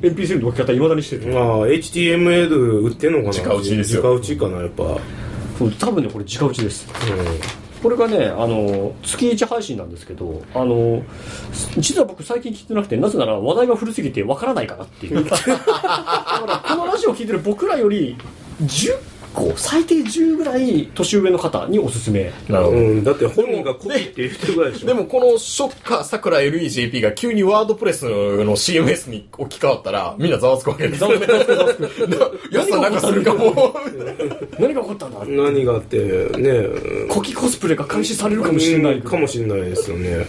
S4: MP3 の置き方いまだにしてる
S3: まあ、HTML 売ってんのかな
S2: 直打ちですよ
S3: 直打ちかな、やっぱ。うん。
S4: そう多分ねこれ直打ちですこれがねあの月1配信なんですけどあの実は僕最近聞いてなくてなぜなら話題が古すぎてわからないからっていう だからこのラジオを聞いてる僕らより10個最低10ぐらい年上の方におすすめ
S2: なるほ
S3: うん、だって本人がコピーって言ってるぐらいでしょ。
S2: でもこのショッカー、さくら、LEJP が急にワードプレスの CMS に置き換わったら、みんなざわつくわけですよね。ヤスさんなんかするかも。
S4: 何が起こったんだ
S3: 何があって、ね、
S4: コキコスプレが開始されるかもしれない
S3: かもしれないですよね。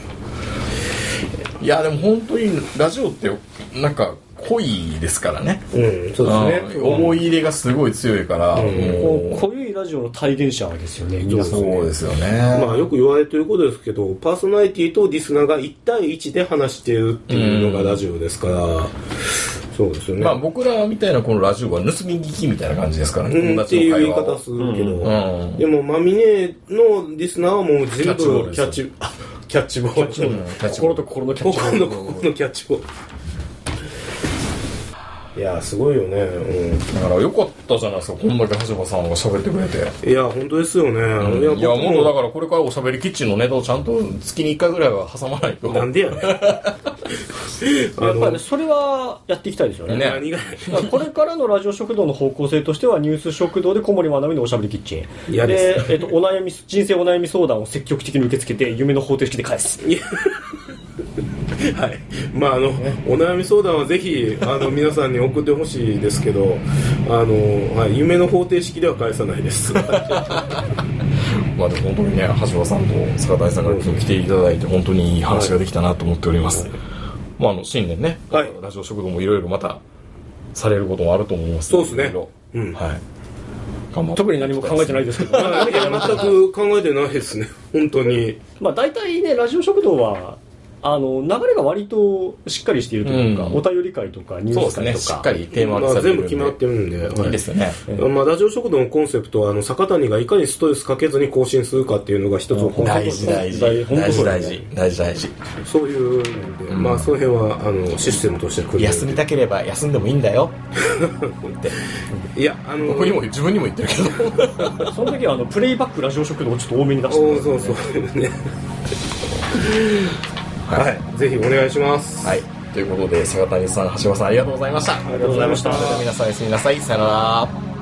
S2: いや、でも本当にラジオって、なんか、濃いですからね。
S3: うん、そうですね。
S2: うん思い入れがすごい強いから、も
S4: こう濃いラジオの体現者ですよね
S2: う
S4: 皆さん
S2: そうですよね、
S3: まあよく言われてることですけど、パーソナリティとディスナーが1対1で話してるっていうのがラジオですから、そうですよね。
S2: まあ僕らみたいなこのラジオは盗み聞きみたいな感じですからね、
S3: うん、
S2: 友
S3: って
S2: 達の
S3: いう
S2: 会
S3: 言い
S2: 話
S3: 方
S2: を
S3: するけど、
S2: んうん
S3: でもマミネのディスナーはもう全部
S2: キ
S3: キ
S2: ャ
S3: ャ
S2: ッ
S3: ッ
S2: チ
S3: チキャッチボール
S2: うんキャッチボー
S4: 心
S2: ル
S4: と心のキャッチボール
S3: 心の心のキャッチボールいやすごいよね、うん
S2: だからよかったじゃないですかこんだけ橋場さんが喋ってくれて
S3: いや本当ですよね、
S2: いや
S3: 僕
S2: もっとだからこれからおしゃべりキッチンのネタをちゃんと月に1回ぐらいは挟まないと
S3: なんで やねん
S4: やっぱりそれはやっていきたいですよね。
S2: ね
S3: 何が
S4: だからこれからのラジオ食堂の方向性としては、ニュース食堂で小森まなみのおしゃべりキッチン。
S3: 嫌で
S4: えっと、お悩み、人生お悩み相談を積極的に受け付けて、夢の方程式で返す。
S3: はい、まああの、お悩み相談はぜひあの皆さんに送ってほしいですけど、あのはい、夢の方程式では返さないです。
S2: まあでも本当にね橋場さんと塚大さんから今日来ていただいて本当にいい話ができたなと思っております、まああの新年ね、
S3: はい
S2: ラジオ食堂もいろいろまたされることもあると思います
S3: そうですね
S2: いろいろ
S3: うん
S2: はい頑張って
S4: 特に何も考えてないですけど。
S3: はいいや全く考えてないですね。本当に。
S4: まあ、大体ね、ラジオ食堂は、あの、流れが割としっかりしているというか、
S2: うん
S4: お便り会とか、ニュ
S2: そう
S4: ー
S2: で
S4: ス
S2: す
S4: 会
S2: ね
S4: と
S2: しっ
S4: か。
S2: かりテーマ
S3: ま
S2: に
S3: あ
S2: され
S3: 全
S2: る
S3: 部決まってるんで、はい
S2: いいですよね、
S3: まあ、ラジオ食堂のコンセプトはあの坂谷がいかにストレスかけずに更新するかっていうのが一つのコンセプ
S2: 大
S3: ト
S2: 事大事
S4: 大事
S2: 大事
S4: 大
S2: 大
S4: 事
S2: 事大事大事
S3: そういうので、まあその辺はあのシステムとして組んで
S2: 休みたければ休んでもいいんだよ
S3: いやあの
S2: 僕にも自分にも言ってるけど
S4: その時は、あの、プレイバックラジオ食堂をちょっと多めに出しても
S3: お
S4: ら
S3: ーそうそう ねはいぜひお願いします
S2: はい。ということで、坂谷さん、橋場さん、ありがとうございました。ありが
S3: とうございました
S2: 皆さん、おやすみなさい。さよなら。